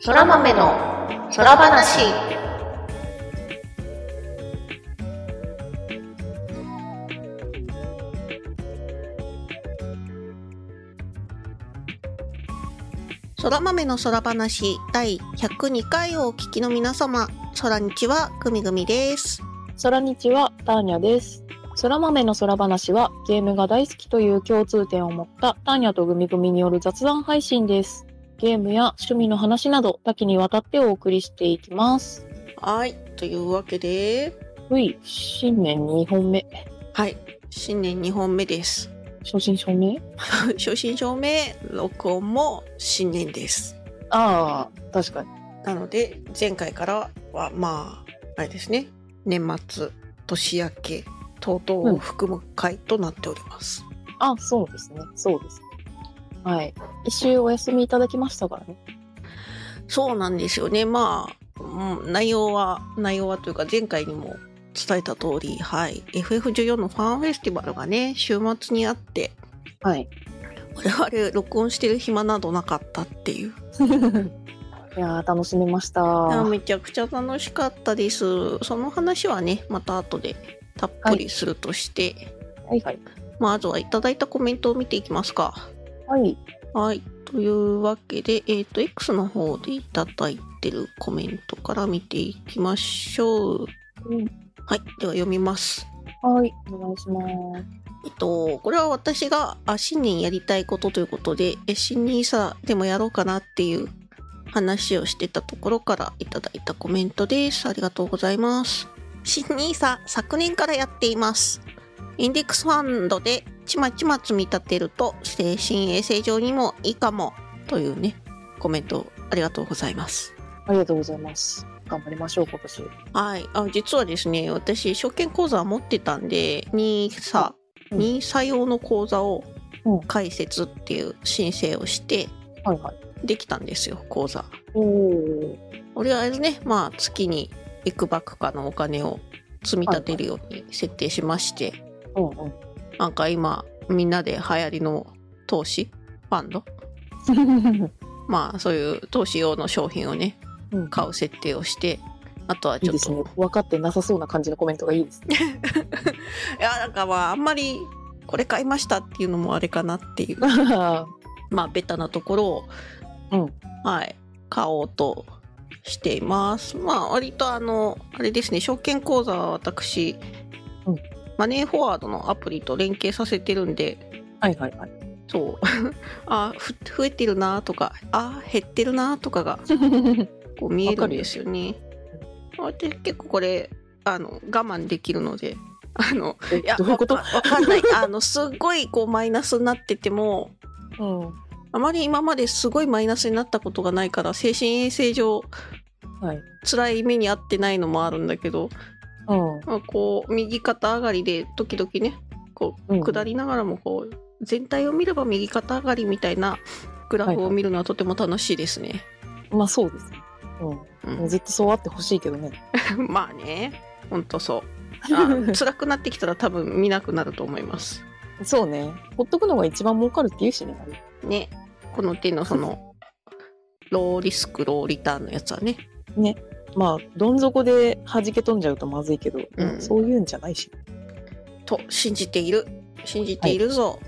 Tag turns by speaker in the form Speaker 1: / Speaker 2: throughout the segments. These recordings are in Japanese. Speaker 1: そら豆の空話。そら豆の空話第102回をお聞きの皆様、空にちはぐみぐみです。
Speaker 2: 空日はターニャです。空豆の空話はゲームが大好きという共通点を持ったターニャとグミグミによる雑談配信です。ゲームや趣味の話など多岐にわたってお送りしていきます。
Speaker 1: はい、というわけで、
Speaker 2: うい、新年2本目。
Speaker 1: はい、新年2本目です。
Speaker 2: 初心証明
Speaker 1: 初心証明、録音も新年です。
Speaker 2: ああ、確かに。
Speaker 1: なので前回からはまああれですね年末年明け等々を含む回となっております、
Speaker 2: あ、そうですね。そうですね。はい。一周お休みいただきましたからね。
Speaker 1: そうなんですよねまあ、うん、内容は内容はというか前回にも伝えた通りはい FF14 のファンフェスティバルがね週末にあって
Speaker 2: はい。
Speaker 1: 我々録音してる暇などなかったっていう
Speaker 2: いやー、楽しみました。
Speaker 1: いや
Speaker 2: は
Speaker 1: めちゃくちゃ楽しかったですその話はねまた後でたっぷりするとして、
Speaker 2: いはい。
Speaker 1: まあ、まずはいただいたコメントを見ていきますか
Speaker 2: はい。
Speaker 1: はい。というわけで、えっ、と、X の方でいただいてるコメントから見ていきましょう。
Speaker 2: うん
Speaker 1: はい。では読みます。
Speaker 2: はい。お願いします。
Speaker 1: えっと、これは私が、あ、新年やりたいことということで、え新ニーサでもやろうかなっていう話をしてたところからいただいたコメントです。ありがとうございます。新ニーサ昨年からやっています。インデックスファンドでちまちま積み立てると精神衛生上にもいいかもというね、コメントありがとうございます。
Speaker 2: ありがとうございます。頑張りましょう、今年。
Speaker 1: はい、あ実はですね私証券口座持ってたんで NISA、
Speaker 2: うん
Speaker 1: ニーサ用の口座を
Speaker 2: うん
Speaker 1: 開設っていう申請をして
Speaker 2: はいはい。
Speaker 1: できたんですよ口座。
Speaker 2: おお。
Speaker 1: とりあえずね、まあ、月にいくばくかのお金を積み立てるように設定しまして、
Speaker 2: うんうん。
Speaker 1: なんか今みんなで流行りの投資ファンドまあそういう投資用の商品をね
Speaker 2: うん
Speaker 1: 買う設定をしてあとはいち
Speaker 2: い
Speaker 1: ょっ
Speaker 2: です
Speaker 1: と
Speaker 2: ね。分かってなさそうな感じのコメントがいい ですね。
Speaker 1: いやなんかまああんまりこれ買いましたっていうのもあれかなっていうまあベタなところを、
Speaker 2: うん
Speaker 1: はい買おうとしていますまあ割とあのあれですね証券口座は私、
Speaker 2: うん
Speaker 1: マネーフォワードのアプリと連携させてるんで
Speaker 2: はいはいはい。
Speaker 1: そう あふ増えてるなとかあ減ってるなとかがこう見えるんですよね。私結構これあの我慢できるのであの
Speaker 2: え
Speaker 1: いや
Speaker 2: どういうこと
Speaker 1: わわかんないあのすっごいこうマイナスになってても
Speaker 2: うん。は
Speaker 1: あまり今まですごいマイナスになったことがないから精神衛生上
Speaker 2: い。
Speaker 1: 辛い目に遭ってないのもあるんだけど、
Speaker 2: うん。
Speaker 1: まあ、こう右肩上がりで時々ねこう
Speaker 2: うん
Speaker 1: 下りながらもこう全体を見れば右肩上がりみたいなグラフを見るのはとても楽しいですね。
Speaker 2: まあそうですね。
Speaker 1: うん
Speaker 2: うん。ずっとそうあってほしいけどね。
Speaker 1: まあね、ほんとそう。 あ辛くなってきたら多分見なくなると思います。
Speaker 2: そうね。ほっとくのが一番儲かるっていうしね。
Speaker 1: ね、この手のその、ローリスク、ローリターンのやつはね。
Speaker 2: まあ、どん底で弾け飛んじゃうとまずいけど、
Speaker 1: うん
Speaker 2: そういうんじゃないし。
Speaker 1: と、信じている。信じているぞ。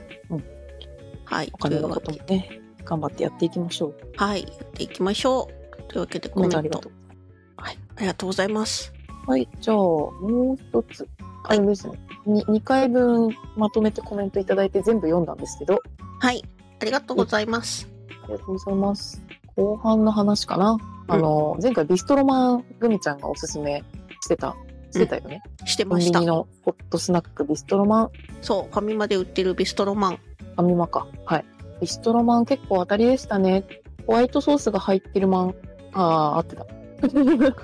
Speaker 2: は
Speaker 1: はいい。
Speaker 2: お金のこ
Speaker 1: と
Speaker 2: と
Speaker 1: い
Speaker 2: も
Speaker 1: うわ
Speaker 2: ね、頑張ってやっていきましょう。
Speaker 1: けはい。やっていきましょう。というわけでコ
Speaker 2: コメ
Speaker 1: メ
Speaker 2: ン
Speaker 1: ント。
Speaker 2: トありがとう。
Speaker 1: はい。ありがとうございます。
Speaker 2: はい、じゃあ、もう一つ。あ
Speaker 1: はい
Speaker 2: れですね。に2回分まとめてコメントいただいて全部読んだんですけど、
Speaker 1: はい。ありがとうございます。
Speaker 2: ありがとうございます。後半の話かな。あの、前回ビストロマングミちゃんがおすすめしてた、してたよね。
Speaker 1: して
Speaker 2: コン
Speaker 1: ま
Speaker 2: ビ
Speaker 1: した
Speaker 2: ニ。のホットスナックビストロマン、
Speaker 1: そう。ファミマで売ってるビストロマン。
Speaker 2: ファミマか。はい。ビストロマン結構当たりでしたね。ホワイトソースが入ってるマン。ああ、合ってた。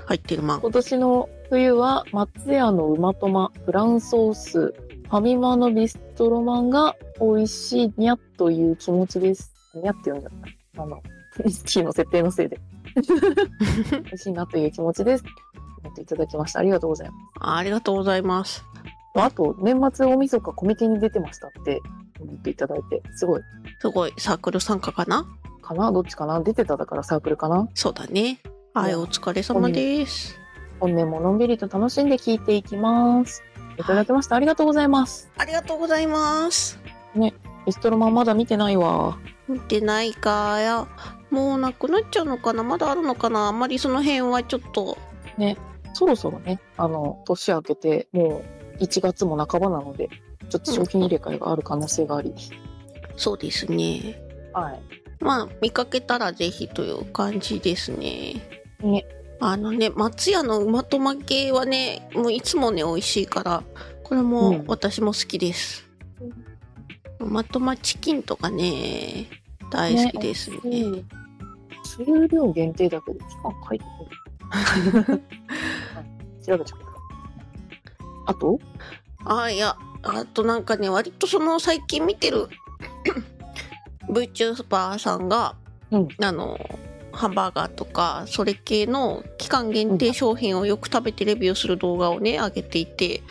Speaker 1: 入ってる マン。
Speaker 2: 今年の冬は松屋のうまとまフランソースファミマのビストロマンが美味しいにゃっという気持ちですにゃって呼んじゃったあのウイスキーの設定のせいで美味しいなという気持ちですコメントいただきましたありがとうございます
Speaker 1: ありがとうございます。
Speaker 2: あと年末大晦日コミケに出てましたってコメントいただいてすごい
Speaker 1: すごい。サークル参加かな
Speaker 2: かなどっちかな出てただからサークルかな
Speaker 1: そうだね。はい、
Speaker 2: うん
Speaker 1: お疲れ様です。
Speaker 2: 本年ものんびりと楽しんで聞いていきます。いただきました。ありがとうございます。
Speaker 1: ありがとうございます。
Speaker 2: ビストロマンまだ見てないわ。
Speaker 1: 見てないかや。もうなくなっちゃうのかなまだあるのかなあんまりその辺はちょっと。
Speaker 2: そろそろね、あの、年明けて、もう1月も半ばなので、ちょっと商品入れ替えがある可能性があり。
Speaker 1: そうですね。
Speaker 2: はい。
Speaker 1: まあ、見かけたらぜひという感じですね。
Speaker 2: ね。
Speaker 1: あのね、松屋の馬とま系はね、もういつもね、美味しいから、これ
Speaker 2: う
Speaker 1: も
Speaker 2: ん
Speaker 1: 私も好きです。馬とまチキンとかね、大好きですね。
Speaker 2: うん数量限定だけど、期間書いて ないはい。調べちゃった。あと
Speaker 1: あいやあとなんかね割とその最近見てる VTuber さんが、
Speaker 2: うん
Speaker 1: あのハンバーガーとかそれ系の期間限定商品をよく食べてレビューする動画をね上げていて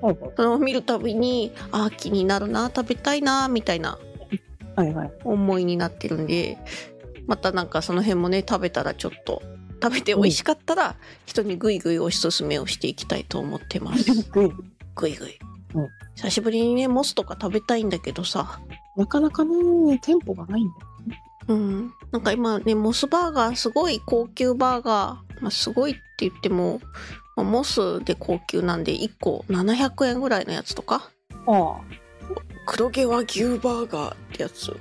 Speaker 2: はい
Speaker 1: それを見るたびにあー気になるな食べたいなみたいな
Speaker 2: はい。はい
Speaker 1: 思いになってるんでまたなんかその辺もね食べたらちょっと食べて美味しかったら人にグイグイおすすめをしていきたいと思って ます。
Speaker 2: はい。
Speaker 1: ぐいぐい、
Speaker 2: うん
Speaker 1: 久しぶりにねモスとか食べたいんだけどさ
Speaker 2: なかなかね、店舗がないんだよ。
Speaker 1: うんなんか今ねモスバーガーすごい高級バーガー、まあ、すごいって言っても、まあモスで高級なんで1個700円ぐらいのやつとか
Speaker 2: あ
Speaker 1: 黒毛和牛バーガーってやつ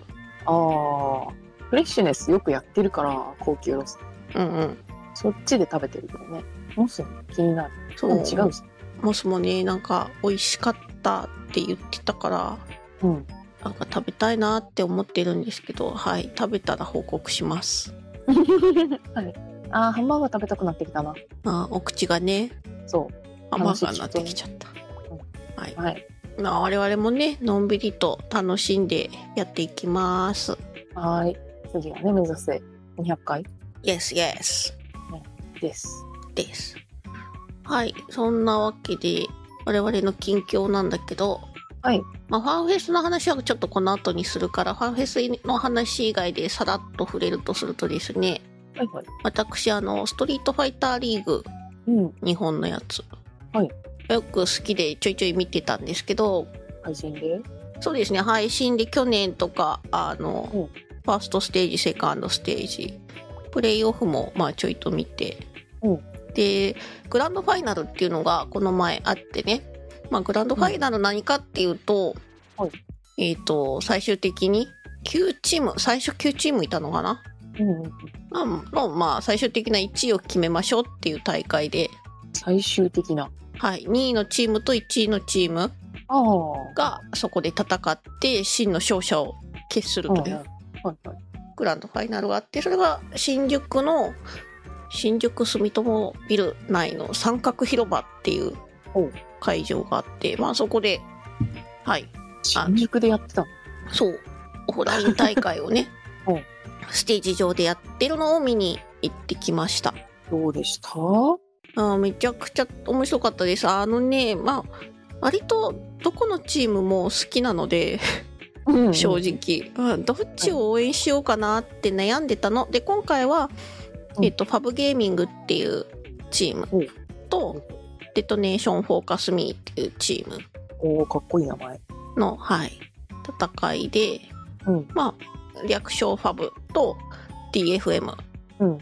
Speaker 2: あ。ああ。フレッシュネスよくやってるから、高級ロス。
Speaker 1: うんうん
Speaker 2: そっちで食べてるけどね。モス気になる。
Speaker 1: そ
Speaker 2: で
Speaker 1: う
Speaker 2: も違うし。
Speaker 1: モスもねなんか美味しかったって言ってたから
Speaker 2: うん。
Speaker 1: なんか食べたいなって思ってるんですけどはい食べたら報告します
Speaker 2: はい、ああ、ハンバーガー食べたくなってきたな。
Speaker 1: あお口がね
Speaker 2: そ。
Speaker 1: 甘がなってきちゃったはいう
Speaker 2: はい。
Speaker 1: まあ、我々もねのんびりと楽しんでやっていきます。
Speaker 2: はーい。次はね、目指せ200回
Speaker 1: Yes, yes
Speaker 2: です。
Speaker 1: です。はい、そんなわけで我々の近況なんだけど、
Speaker 2: はい。
Speaker 1: まあ、ファンフェスの話はちょっとこの後にするから、ファンフェスの話以外でさらっと触れるとするとですね、
Speaker 2: はいはい。
Speaker 1: 私、あの、ストリートファイターリーグ、
Speaker 2: うん。
Speaker 1: 日本のやつ、
Speaker 2: はい
Speaker 1: よく好きでちょいちょい見てたんですけど、
Speaker 2: 配信で。
Speaker 1: そうですね配信で去年とかあの、
Speaker 2: うん
Speaker 1: ファーストステージセカンドステージプレイオフもまあちょいと見て、
Speaker 2: うん
Speaker 1: でグランドファイナルっていうのがこの前あってね、まあ、グランドファイナル何かっていうと,、
Speaker 2: はい
Speaker 1: えっと最終的に9チーム最初9チームいたのかな
Speaker 2: うんうんうん。
Speaker 1: まあの、まあ、最終的な1位を決めましょうっていう大会で、
Speaker 2: 最終的な。
Speaker 1: はい、2位のチームと1位のチーム
Speaker 2: ああ。は
Speaker 1: がそこで戦って真の勝者を決すると
Speaker 2: い
Speaker 1: いう
Speaker 2: はい。はいはい。
Speaker 1: グランドファイナルがあってそれが新宿の新宿住友ビル内の三角広場っていう
Speaker 2: お
Speaker 1: 会場があってまあそこではい
Speaker 2: 新宿でやってたの。
Speaker 1: そうオフライン大会をね
Speaker 2: うん
Speaker 1: ステージ上でやってるのを見に行ってきました
Speaker 2: どうでしたは
Speaker 1: あーめちゃくちゃ面白かったですあのねまあ割とどこのチームも好きなので
Speaker 2: うん
Speaker 1: 正。直、うん、どっちを応援しようかなって悩んでたので今回は、
Speaker 2: うん
Speaker 1: えっとファブゲーミングっていうチーム
Speaker 2: うん
Speaker 1: とデトネーションフォーカスミーっていうチーム
Speaker 2: おお、かっこいい名前。
Speaker 1: の、はい、戦いで、
Speaker 2: うん
Speaker 1: まあ略称ファブと DFM
Speaker 2: うん。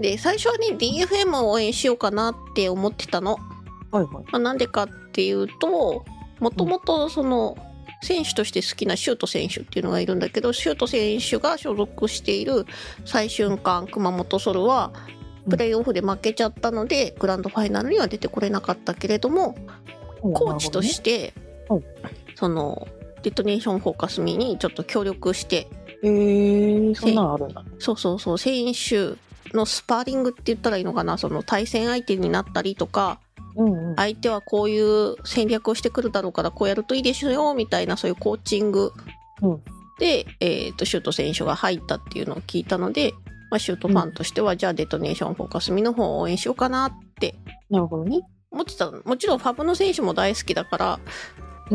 Speaker 1: で最初はね DFM を応援しようかなって思ってたの
Speaker 2: はいは
Speaker 1: ま
Speaker 2: い。。
Speaker 1: あなんでかっていうともともとその選手として好きなシュート選手っていうのがいるんだけどシュート選手が所属している最瞬間熊本ソルはプレーオフで負けちゃったので、グランドファイナルには出てこれなかったけれどもコーチとしてて、
Speaker 2: うん
Speaker 1: そのデトネーションフォーカスミーにちょっと協力して
Speaker 2: えー、そんなのあるんだ。
Speaker 1: そうそうそう選手のスパーリングって言ったらいいのかなその対戦相手になったりとか
Speaker 2: うんうん。
Speaker 1: 相手はこういう戦略をしてくるだろうからこうやるといいでしょうよみたいなそういうコーチング
Speaker 2: うん
Speaker 1: で、えーとシュート選手が入ったっていうのを聞いたので、まあ、シュートファンとしては、じゃあデトネーションフォーカスミの方を応援しようかなって
Speaker 2: なるほどね。
Speaker 1: 思ってたのもちろんファブの選手も大好きだから、
Speaker 2: うん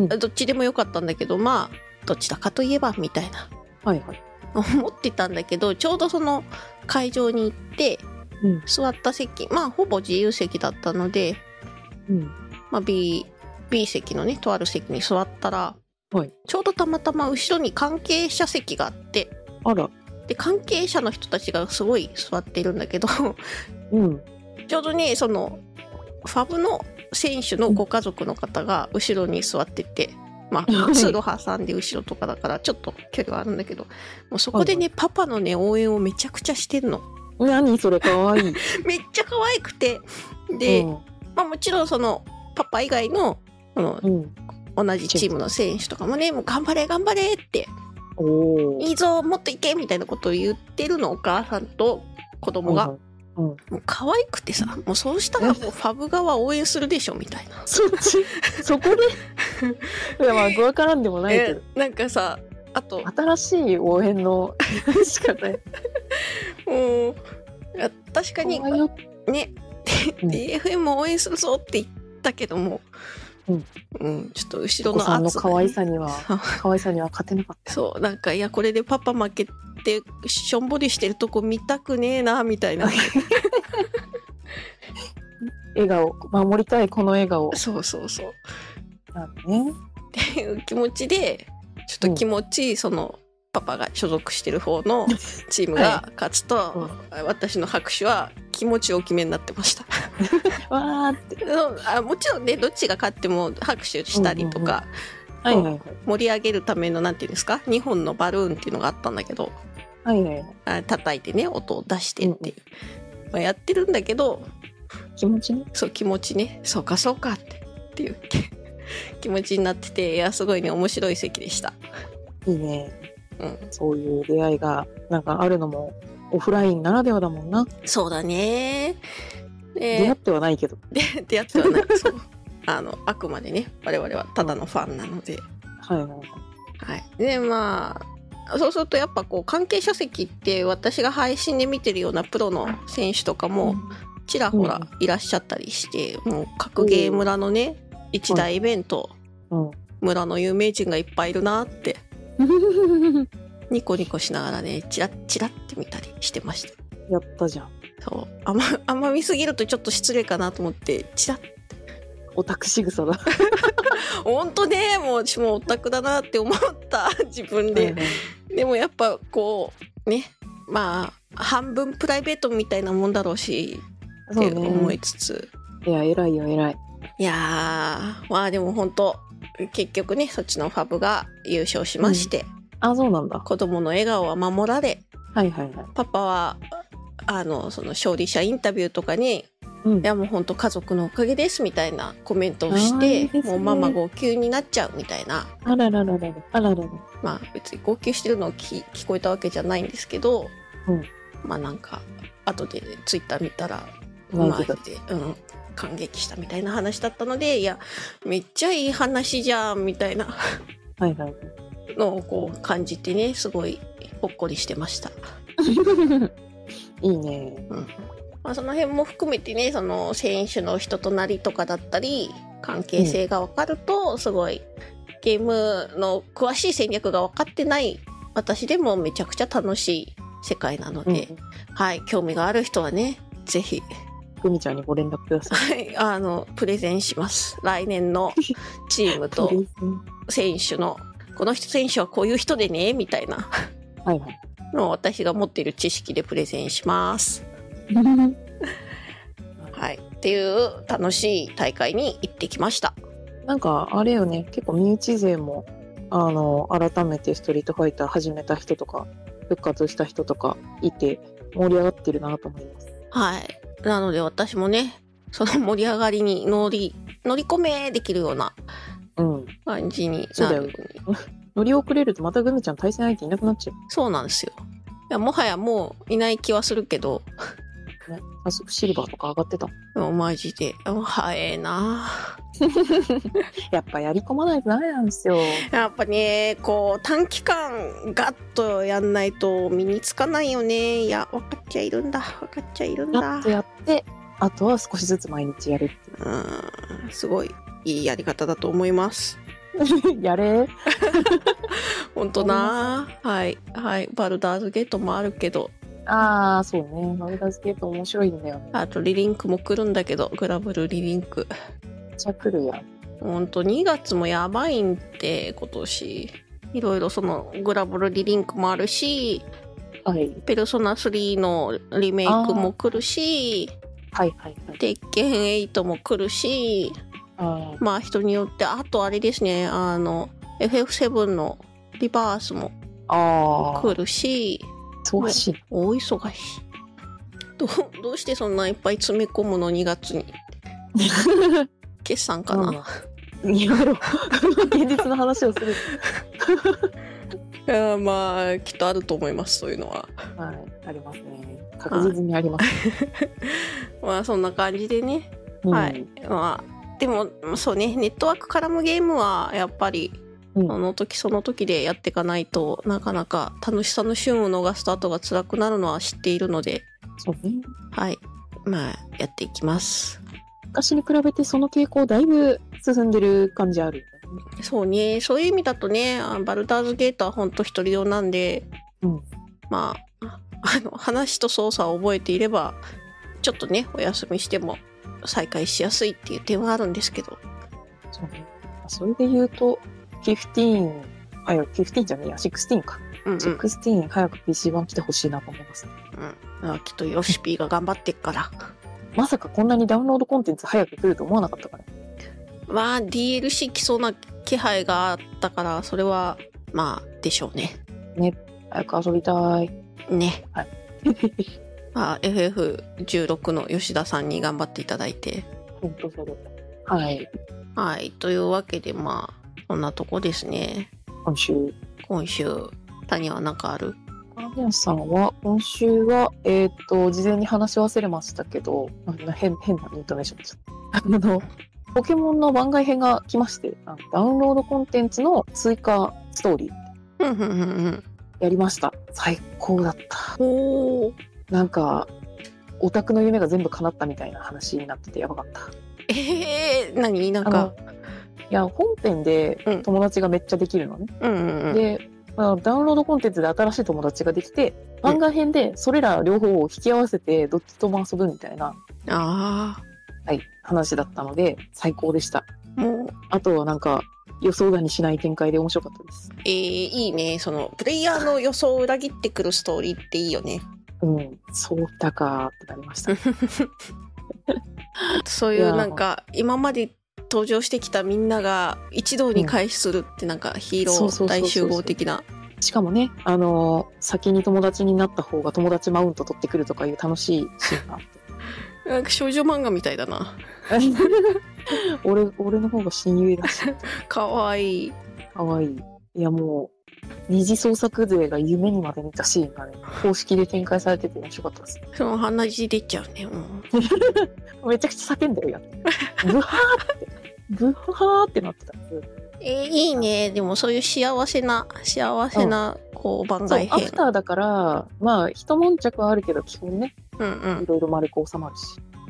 Speaker 1: どっちでもよかったんだけどまあどちらかといえばみたいな
Speaker 2: はいはい。
Speaker 1: 思ってたんだけどちょうどその会場に行って、
Speaker 2: うん
Speaker 1: 座った席まあほぼ自由席だったので、
Speaker 2: うん。
Speaker 1: まあ、B, B 席のねとある席に座ったら、
Speaker 2: はい
Speaker 1: ちょうどたまたま後ろに関係者席があって
Speaker 2: あら。
Speaker 1: で関係者の人たちがすごい座っているんだけど
Speaker 2: うん。
Speaker 1: ちょうどねそのファブの選手のご家族の方が後ろに座ってて。ま
Speaker 2: は
Speaker 1: あ、
Speaker 2: い
Speaker 1: 通路挟んで後ろとかだからちょっと距離はあるんだけどもうそこで
Speaker 2: は
Speaker 1: ねパパのね応援をめちゃくちゃしてんの
Speaker 2: 何それ可愛い。
Speaker 1: めっちゃ可愛くてで、
Speaker 2: うん
Speaker 1: まあ、もちろんそのパパ以外のその
Speaker 2: うん。
Speaker 1: 同じチームの選手とかもねもう頑張れ頑張れって
Speaker 2: おお。
Speaker 1: いいぞもっといけみたいなことを言ってるのお母さんと子供が、
Speaker 2: はいはいうん。
Speaker 1: もう可愛くてさもうそうしたらもうファブ側応援するでしょみたいな。
Speaker 2: そっち、そ こでいや、まあ、わからんでもないけ
Speaker 1: え
Speaker 2: ど。
Speaker 1: なんかさあと
Speaker 2: 新しい応援の 仕方や。
Speaker 1: うんあ確かに
Speaker 2: 可愛いよ
Speaker 1: ね、
Speaker 2: うん
Speaker 1: DFM を応援するぞって言ったけども、
Speaker 2: うん
Speaker 1: うんちょっと後ろ
Speaker 2: お子
Speaker 1: の
Speaker 2: さんの
Speaker 1: 圧がね
Speaker 2: 可愛さには、可愛さには勝てなかった。
Speaker 1: そうなんかいやこれでパパ負けてしょんぼりしてるとこ見たくねえなみた いな
Speaker 2: 笑顔、守りたいこの笑顔。
Speaker 1: そうそうそう
Speaker 2: なんだね。
Speaker 1: っていう気持ちでちょっと気持ちいいその、パパが所属してる方 のチームが勝つと、私の拍手は気持ち大きめになってました
Speaker 2: わーって。
Speaker 1: そうあもちろんねどっちが勝っても拍手したりとか、
Speaker 2: はいはいはい。
Speaker 1: 盛り上げるためのなんていうんですか2本のバルーンっていうのがあったんだけど
Speaker 2: はいはいはい。
Speaker 1: あ叩いてね音を出してっていう、まあ、やってるんだけど
Speaker 2: 気持ちね。
Speaker 1: そう気持ちねそうかそうかってっていう気 持ちになってていやすごいね面白い席でした
Speaker 2: いいね。
Speaker 1: うん
Speaker 2: そういう出会いが、なんかあるのも、オフラインならではだもんな。
Speaker 1: そうだね
Speaker 2: 出会
Speaker 1: で
Speaker 2: ってはないけど。
Speaker 1: で出会ってはないそうあのあくまでね我々はただのファンなので、
Speaker 2: はいはいはい。
Speaker 1: はい、でまあそうするとやっぱこう関係者席って私が配信で見てるようなプロの選手とかもちらほらいらっしゃったりして、もう各ゲー村のね一大イベント、
Speaker 2: うん。
Speaker 1: 村の有名人がいっぱいいるなって
Speaker 2: うん。
Speaker 1: ニコニコしながらねチラッチラッて見たりしてました
Speaker 2: やったじゃん。
Speaker 1: そうあんまあんま見すぎるとちょっと失礼かなと思ってチラッ
Speaker 2: オタク仕草だ。
Speaker 1: ほんとねもう私もオタクだなって思った 自分
Speaker 2: はい
Speaker 1: で
Speaker 2: はい
Speaker 1: でもやっぱこうねまあ半分プライベートみたいなもんだろうしっ
Speaker 2: そ
Speaker 1: て
Speaker 2: うね。
Speaker 1: 思いつつ、
Speaker 2: いや、偉いよ、偉い。
Speaker 1: いやーまあでも本当結局ねそっちのファブが優勝しまして、
Speaker 2: あ、そうなんだ。
Speaker 1: 子供の笑顔は守られ
Speaker 2: はいはいはい。
Speaker 1: パパはあのその勝利者インタビューとかに
Speaker 2: うん
Speaker 1: い。やもう本当家族のおかげですみたいなコメントを
Speaker 2: あ
Speaker 1: し
Speaker 2: ーい
Speaker 1: て
Speaker 2: いですね
Speaker 1: もうママ号泣になっちゃうみたいな
Speaker 2: あらららららら。あらららら。
Speaker 1: まあ別に号泣してるのを聞聞こえたわけじゃないんですけど、
Speaker 2: うん
Speaker 1: まあなんか後でツイッター見たら
Speaker 2: 泣いてた
Speaker 1: まあうん、感激したみたいな話だったのでいやめっちゃいい話じゃんみたいな
Speaker 2: はいはいはい。
Speaker 1: のをこう感じてねすごいほっこりしてました。
Speaker 2: いいね。
Speaker 1: まあ、その辺も含めてねその選手の人となりとかだったり関係性が分かるとすごい、ゲームの詳しい戦略が分かってない私でもめちゃくちゃ楽しい世界なの
Speaker 2: うん
Speaker 1: で、。はい興味がある人はねぜひ、
Speaker 2: ふみちゃんにご連絡ください。
Speaker 1: はい、あのプレゼンします来年のチーム と
Speaker 2: そうですね
Speaker 1: 選手のこの人選手はこういう人でねみたいな
Speaker 2: はいはい。
Speaker 1: のを私が持っている知識でプレゼンします。はい、っていう楽しい大会に行ってきました。
Speaker 2: なんかあれよね結構身内勢もあの改めてストリートファイター始めた人とか復活した人とかいて盛り上がってるなと思います。
Speaker 1: はい。なので私もね、その盛り上がりに乗り、乗り込めできるような
Speaker 2: うん、
Speaker 1: 感じに
Speaker 2: そう
Speaker 1: な
Speaker 2: だよ
Speaker 1: る。
Speaker 2: 乗り遅れるとまたグミちゃん対戦相手いなくなっちゃ
Speaker 1: そうなんですよ。いや、もはやもういない気はするけど、
Speaker 2: う、ね、早速シルバーとか上がってた
Speaker 1: でもマジで、もう早えな
Speaker 2: やっぱやり込まないとダメなんですよ
Speaker 1: やっぱね、こう、短期間ガッとやんないと身につかないよね。いや、分かっちゃいるんだ。分かっちゃいるん
Speaker 2: や
Speaker 1: だ
Speaker 2: っと。やってあとは少しずつ毎日やる っていう
Speaker 1: うん、すごいいいやり方だと思います。
Speaker 2: やれ
Speaker 1: 本当なはいはいバルダーズゲートもあるけど
Speaker 2: ああ、そうね。マルダースケート面白いんだよね。
Speaker 1: あとリリンクも来るんだけどグラブルリリンク
Speaker 2: めっちゃ来るやん。
Speaker 1: ほんと2月もやばいんって今年いろいろそのグラブルリリンクもあるし
Speaker 2: はい。
Speaker 1: ペルソナ3のリメイクも来るし
Speaker 2: はいはいはい。
Speaker 1: 鉄拳8も来るし
Speaker 2: あ
Speaker 1: まあ人によってあとあれですねあの FF7 のリバースも
Speaker 2: あ。あ
Speaker 1: 来るし
Speaker 2: あ。忙しい。
Speaker 1: 大忙しいどうどうしてそんないっぱい詰め込むの2月 に決算かな、
Speaker 2: やろう。 現実の話をする。
Speaker 1: いやまあきっとあると思いますそういうのは
Speaker 2: はい。ありますね。確実にあります。
Speaker 1: まあそんな感じでね
Speaker 2: うん
Speaker 1: はい。まあでもそうねネットワーク絡むゲームはやっぱり
Speaker 2: うん
Speaker 1: その時その時でやっていかないとなかなか楽しさの旬を逃した後が辛くなるのは知っているので
Speaker 2: そうね。
Speaker 1: はいまあやっていきます
Speaker 2: 昔に比べてその傾向だいぶ進んでる感じある。
Speaker 1: そうねそういう意味だとねあバルダーズゲートはほんと一人用なんで、
Speaker 2: うん
Speaker 1: まあ あの話と操作を覚えていればちょっとねお休みしても再開しやすいっていう点はあるんですけど
Speaker 2: そうね。それで言うと、15、あ、いや、15じゃねえや、16か。
Speaker 1: うんうん、
Speaker 2: 16、早く PC 版来てほしいなと思います。
Speaker 1: うん、あきっとヨシピーが頑張ってっから
Speaker 2: まさかこんなにダウンロードコンテンツ早く来ると思わなかったから。
Speaker 1: まあ DLC 来そうな気配があったからそれはまあでしょうね
Speaker 2: 早く遊びたい。
Speaker 1: ね
Speaker 2: はい
Speaker 1: まあ FF16 の吉田さんに頑張っていただいて
Speaker 2: 本当そうだ。はい。
Speaker 1: はいというわけでまあそんなとこですね
Speaker 2: 今週。
Speaker 1: 今週谷は何かある
Speaker 2: 金谷さんは、今週は、えっ、と、事前に話し忘れましたけど、あの変、変なイントネーションでした。あの、ポケモンの番外編が来まして、あのダウンロードコンテンツの追加ストーリー
Speaker 1: ふんふんふんふん
Speaker 2: やりました。最高だった。
Speaker 1: おー
Speaker 2: なんか、オタクの夢が全部叶ったみたいな話になっててやばかった。
Speaker 1: えー、何なん
Speaker 2: あ
Speaker 1: か
Speaker 2: のいや、本編で
Speaker 1: うん
Speaker 2: 友達がめっちゃできるのね。
Speaker 1: うんうんうん
Speaker 2: で、まあ、ダウンロードコンテンツで新しい友達ができて漫画編でそれら両方を引き合わせてどっちとも遊ぶみたいな、
Speaker 1: あ
Speaker 2: はい、話だったので最高でした
Speaker 1: あもう
Speaker 2: あとはなんか予想だにしない展開で面白かったです
Speaker 1: えー、いいねそのプレイヤーの予想を裏切ってくるストーリーっていいよ ね
Speaker 2: うんそうだかってなりました
Speaker 1: そう
Speaker 2: い
Speaker 1: い
Speaker 2: や
Speaker 1: う
Speaker 2: ー
Speaker 1: なんか今まで登場してきたみんなが一堂に会するってなんかヒーロ
Speaker 2: そう
Speaker 1: ー
Speaker 2: そうそうそう
Speaker 1: 大集合的な
Speaker 2: しかもねあのー先に友達になった方が友達マウント取ってくるとかいう楽しいシーンがあって
Speaker 1: なんか少女漫画みたいだな
Speaker 2: 俺俺の方が親友だし
Speaker 1: かわいい
Speaker 2: かわいい。いやもう、二次創作勢が夢にまで見たシーンがね、公式で展開されてて面白かったです。
Speaker 1: その鼻血出ちゃうねも
Speaker 2: めちゃくちゃ叫んでるやつ。ブハーって、ブハーってなってたんです。
Speaker 1: うえーいいねでもそういう幸せな幸せなこう番
Speaker 2: そう
Speaker 1: 外、
Speaker 2: ア
Speaker 1: 編
Speaker 2: フターだから、まあ、一悶着はあるけど、基本ね、
Speaker 1: うんうん
Speaker 2: いろいろ丸く収まるし、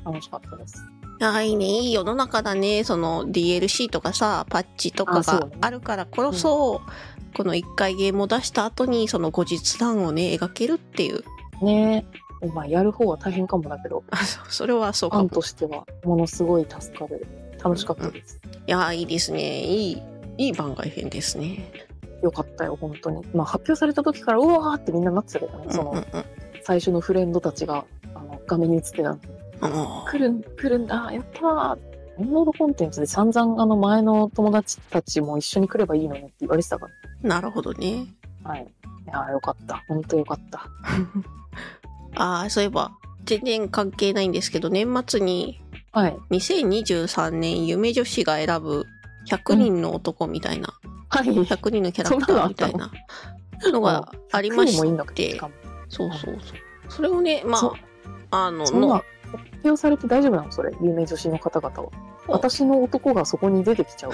Speaker 2: 楽しかったです。
Speaker 1: あーいいねいい世の中だねその DLC とかさパッチとか
Speaker 2: あそう
Speaker 1: が
Speaker 2: ね
Speaker 1: あるからこそこの一回ゲームを出した後にその後日談をね描けるっていう
Speaker 2: ねえ、まあ、やる方は大変かもだけど、
Speaker 1: あそうそれはそう
Speaker 2: フ
Speaker 1: か
Speaker 2: ァ
Speaker 1: も
Speaker 2: ンとしては、ものすごい助かる。楽しかったです。
Speaker 1: いやーいいですねいいいい番外編ですね
Speaker 2: よかったよ、本当に。まあ、発表された時から、うわーってみんななってたけどね、その、
Speaker 1: うんうんうん
Speaker 2: 最初のフレンドたちがあの画面に映ってた
Speaker 1: あー
Speaker 2: 来るん来るんだやったーダウンロードコンテンツで散々あの前の友達たちも一緒に来ればいいのにって言われてたか
Speaker 1: なるほどね
Speaker 2: らはいいやーよかった本当よかった
Speaker 1: ああそういえば全然関係ないんですけど年末に
Speaker 2: はい
Speaker 1: 2023年夢女子が選ぶ100人の男みたいな、
Speaker 2: はい
Speaker 1: 100人のキャラクターみたいなのがありま
Speaker 2: 来るもいいん
Speaker 1: し
Speaker 2: だけど
Speaker 1: て
Speaker 2: しかも
Speaker 1: そうそうそうそれをねま
Speaker 2: そ
Speaker 1: ああの
Speaker 2: そんな
Speaker 1: の
Speaker 2: 発表されて大丈夫なのそれ有名女子の方々は
Speaker 1: お
Speaker 2: 私の男がそこに出て きちゃう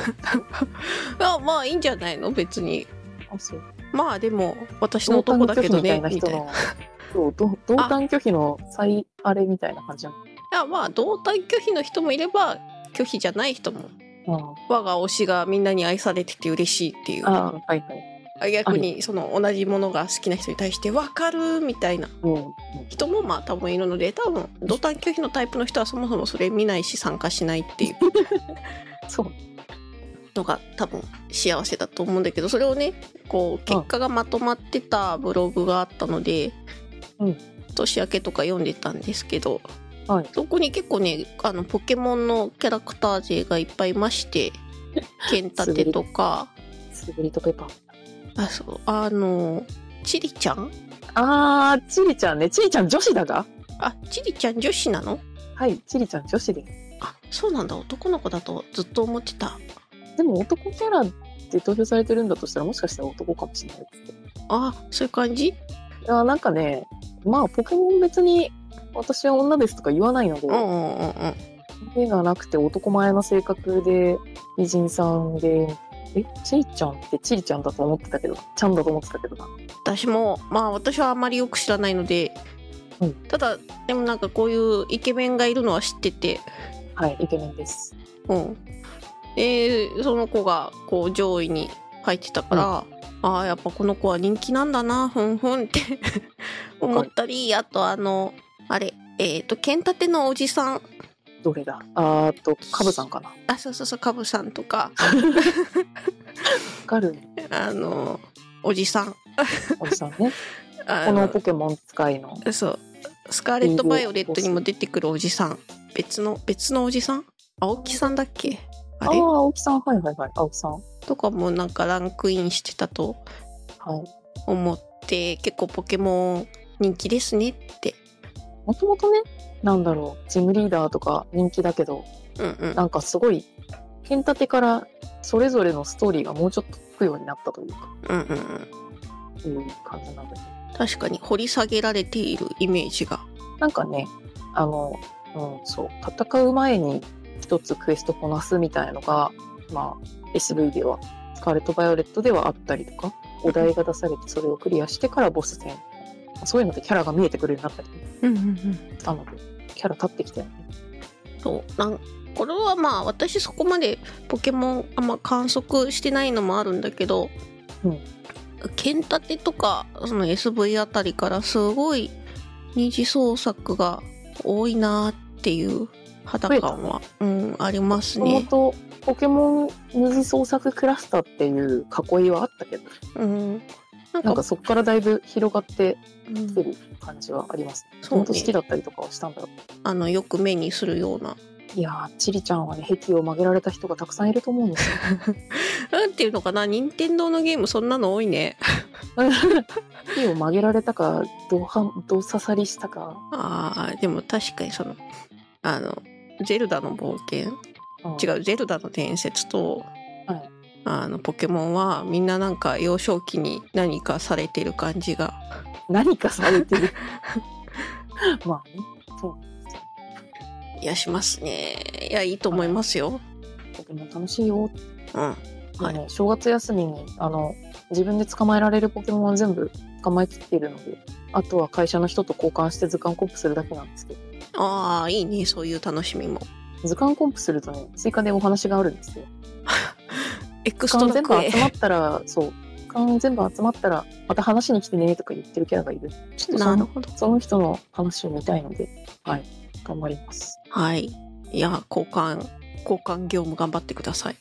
Speaker 1: あまあいいんじゃないの別に
Speaker 2: あそう
Speaker 1: まあでも私の男だけどね
Speaker 2: 同
Speaker 1: み
Speaker 2: 担拒否みた
Speaker 1: た
Speaker 2: い
Speaker 1: い
Speaker 2: な
Speaker 1: な
Speaker 2: 人のそうど同担拒否の再あれみたいな感じなの
Speaker 1: いやまあ同体拒否の人もいれば拒否じゃない人も
Speaker 2: あー
Speaker 1: 我が推しがみんなに愛されてて嬉しいっていうあ
Speaker 2: あーはいはい
Speaker 1: 逆にその同じものが好きな人に対して分かるみたいな
Speaker 2: うんうん
Speaker 1: 人もまあ多分いるので多分同担拒否のタイプの人はそもそもそれ見ないし参加しないっていう
Speaker 2: そう
Speaker 1: のが多分幸せだと思うんだけどそれをねこう結果がまとまってたブログがあったので、
Speaker 2: うん
Speaker 1: 年明けとか読んでたんですけど、
Speaker 2: はい
Speaker 1: そこに結構ねあのポケモンのキャラクター勢がいっぱいいま してケンタテとか
Speaker 2: スグリとペパ
Speaker 1: あそうあのチリちゃん
Speaker 2: あーチリちゃんねチリちゃん女子だが
Speaker 1: あチリちゃん女子なの
Speaker 2: はいチリちゃん女子です
Speaker 1: あそうなんだ男の子だとずっと思ってた
Speaker 2: でも男キャラって投票されてるんだとしたらもしかしたら男かもしれないですね
Speaker 1: あそういう感じ
Speaker 2: いやなんかねまあポケモン別に私は女ですとか言わないので、
Speaker 1: うんうんうんうん
Speaker 2: 目がなくて男前な性格で美人さんでえチリちゃんってチリちゃんだと思ってたけどちゃんだと思ってたけどな
Speaker 1: 私もまあ私はあまりよく知らないので、
Speaker 2: うん
Speaker 1: ただでもなんかこういうイケメンがいるのは知ってて、
Speaker 2: はいイケメンです
Speaker 1: うん、でその子がこう上位に入ってたから、ああやっぱこの子は人気なんだなふんふ んって思ったり、あとあのあれえっ、と剣立てのおじさん
Speaker 2: どれだあーっとカブさんかなわ
Speaker 1: あそうそうそうカブさんとか
Speaker 2: かる
Speaker 1: あのおじさん
Speaker 2: おじさんね
Speaker 1: あ
Speaker 2: このポケモン使いの
Speaker 1: そうスカーレット・バイオレットにも出てくるおじさん別の別のおじさん青木さんだっけ
Speaker 2: あ
Speaker 1: あ
Speaker 2: あ
Speaker 1: れ
Speaker 2: ー青木さんはいはいはい青木さんは
Speaker 1: とかもなんかランクインしてたと
Speaker 2: い
Speaker 1: 思って結構ポケモン人気ですねって
Speaker 2: もともとねなんだろうジムリーダーとか人気だけど
Speaker 1: うんうん
Speaker 2: なんかすごい剣立てからそれぞれのストーリーがもうちょっとつくようになったというか
Speaker 1: うんうんうん
Speaker 2: いう感じなんだけど
Speaker 1: 確かに掘り下げられているイメージが
Speaker 2: なんかねあの、うん、そう戦う前に一つクエストこなすみたいのが、まあ、SV ではスカーレット・バイオレットではあったりとかお題が出されてそれをクリアしてからボス戦そういうのでキャラが見えてくるようになったり
Speaker 1: うんうんうん
Speaker 2: したのでキャラ立ってきたよね。
Speaker 1: そうなんこれはまあ私そこまでポケモンあんま観測してないのもあるんだけど、
Speaker 2: うん
Speaker 1: 剣立てとかその SV あたりからすごい二次創作が多いなっていう肌感は、うん、あります
Speaker 2: もとも
Speaker 1: ね。
Speaker 2: とポケモン二次創作クラスターっていう囲いはあったけど
Speaker 1: うん、なんか
Speaker 2: なんかそこからだいぶ広がって
Speaker 1: うん
Speaker 2: きてる感じはあります、ね。
Speaker 1: そうね
Speaker 2: 本当好きだったりとかはしたんだろう
Speaker 1: あのよく目にするような。
Speaker 2: いやーチリちゃんはね壁を曲げられた人がたくさんいると思うんですよ
Speaker 1: なんていうのかな任天堂のゲームそんなの多いね。
Speaker 2: 手を曲げられたかどうはどう刺さりしたか、
Speaker 1: あーでも確かにそのあのゼルダの冒険
Speaker 2: う
Speaker 1: 違う「ゼルダの伝説と」
Speaker 2: はい
Speaker 1: あのポケモンはみんななんか幼少期に何かされてる感じが
Speaker 2: 何かされ てるまあねそう
Speaker 1: いやしますねいやいいと思いますよ、
Speaker 2: とても楽しいよ、
Speaker 1: うん、はい
Speaker 2: ね、正月休みにあの自分で捕まえられるポケモンは全部捕まえきっているのであとは会社の人と交換して図鑑コンプするだけなんですけど
Speaker 1: ああいいねそういう楽しみも
Speaker 2: 図鑑コンプするとね追加でお話があるんですよ
Speaker 1: エク
Speaker 2: 図
Speaker 1: ストラ
Speaker 2: 鑑全
Speaker 1: ク
Speaker 2: 部
Speaker 1: エ
Speaker 2: 集まったらそう図鑑全部集まったらまた話しに来てねとか言ってるキャラがいるちょっと
Speaker 1: な
Speaker 2: そ
Speaker 1: る
Speaker 2: の
Speaker 1: ほど
Speaker 2: その人の話を見たいのではい頑張ります
Speaker 1: はいいや交換交換業務頑張ってください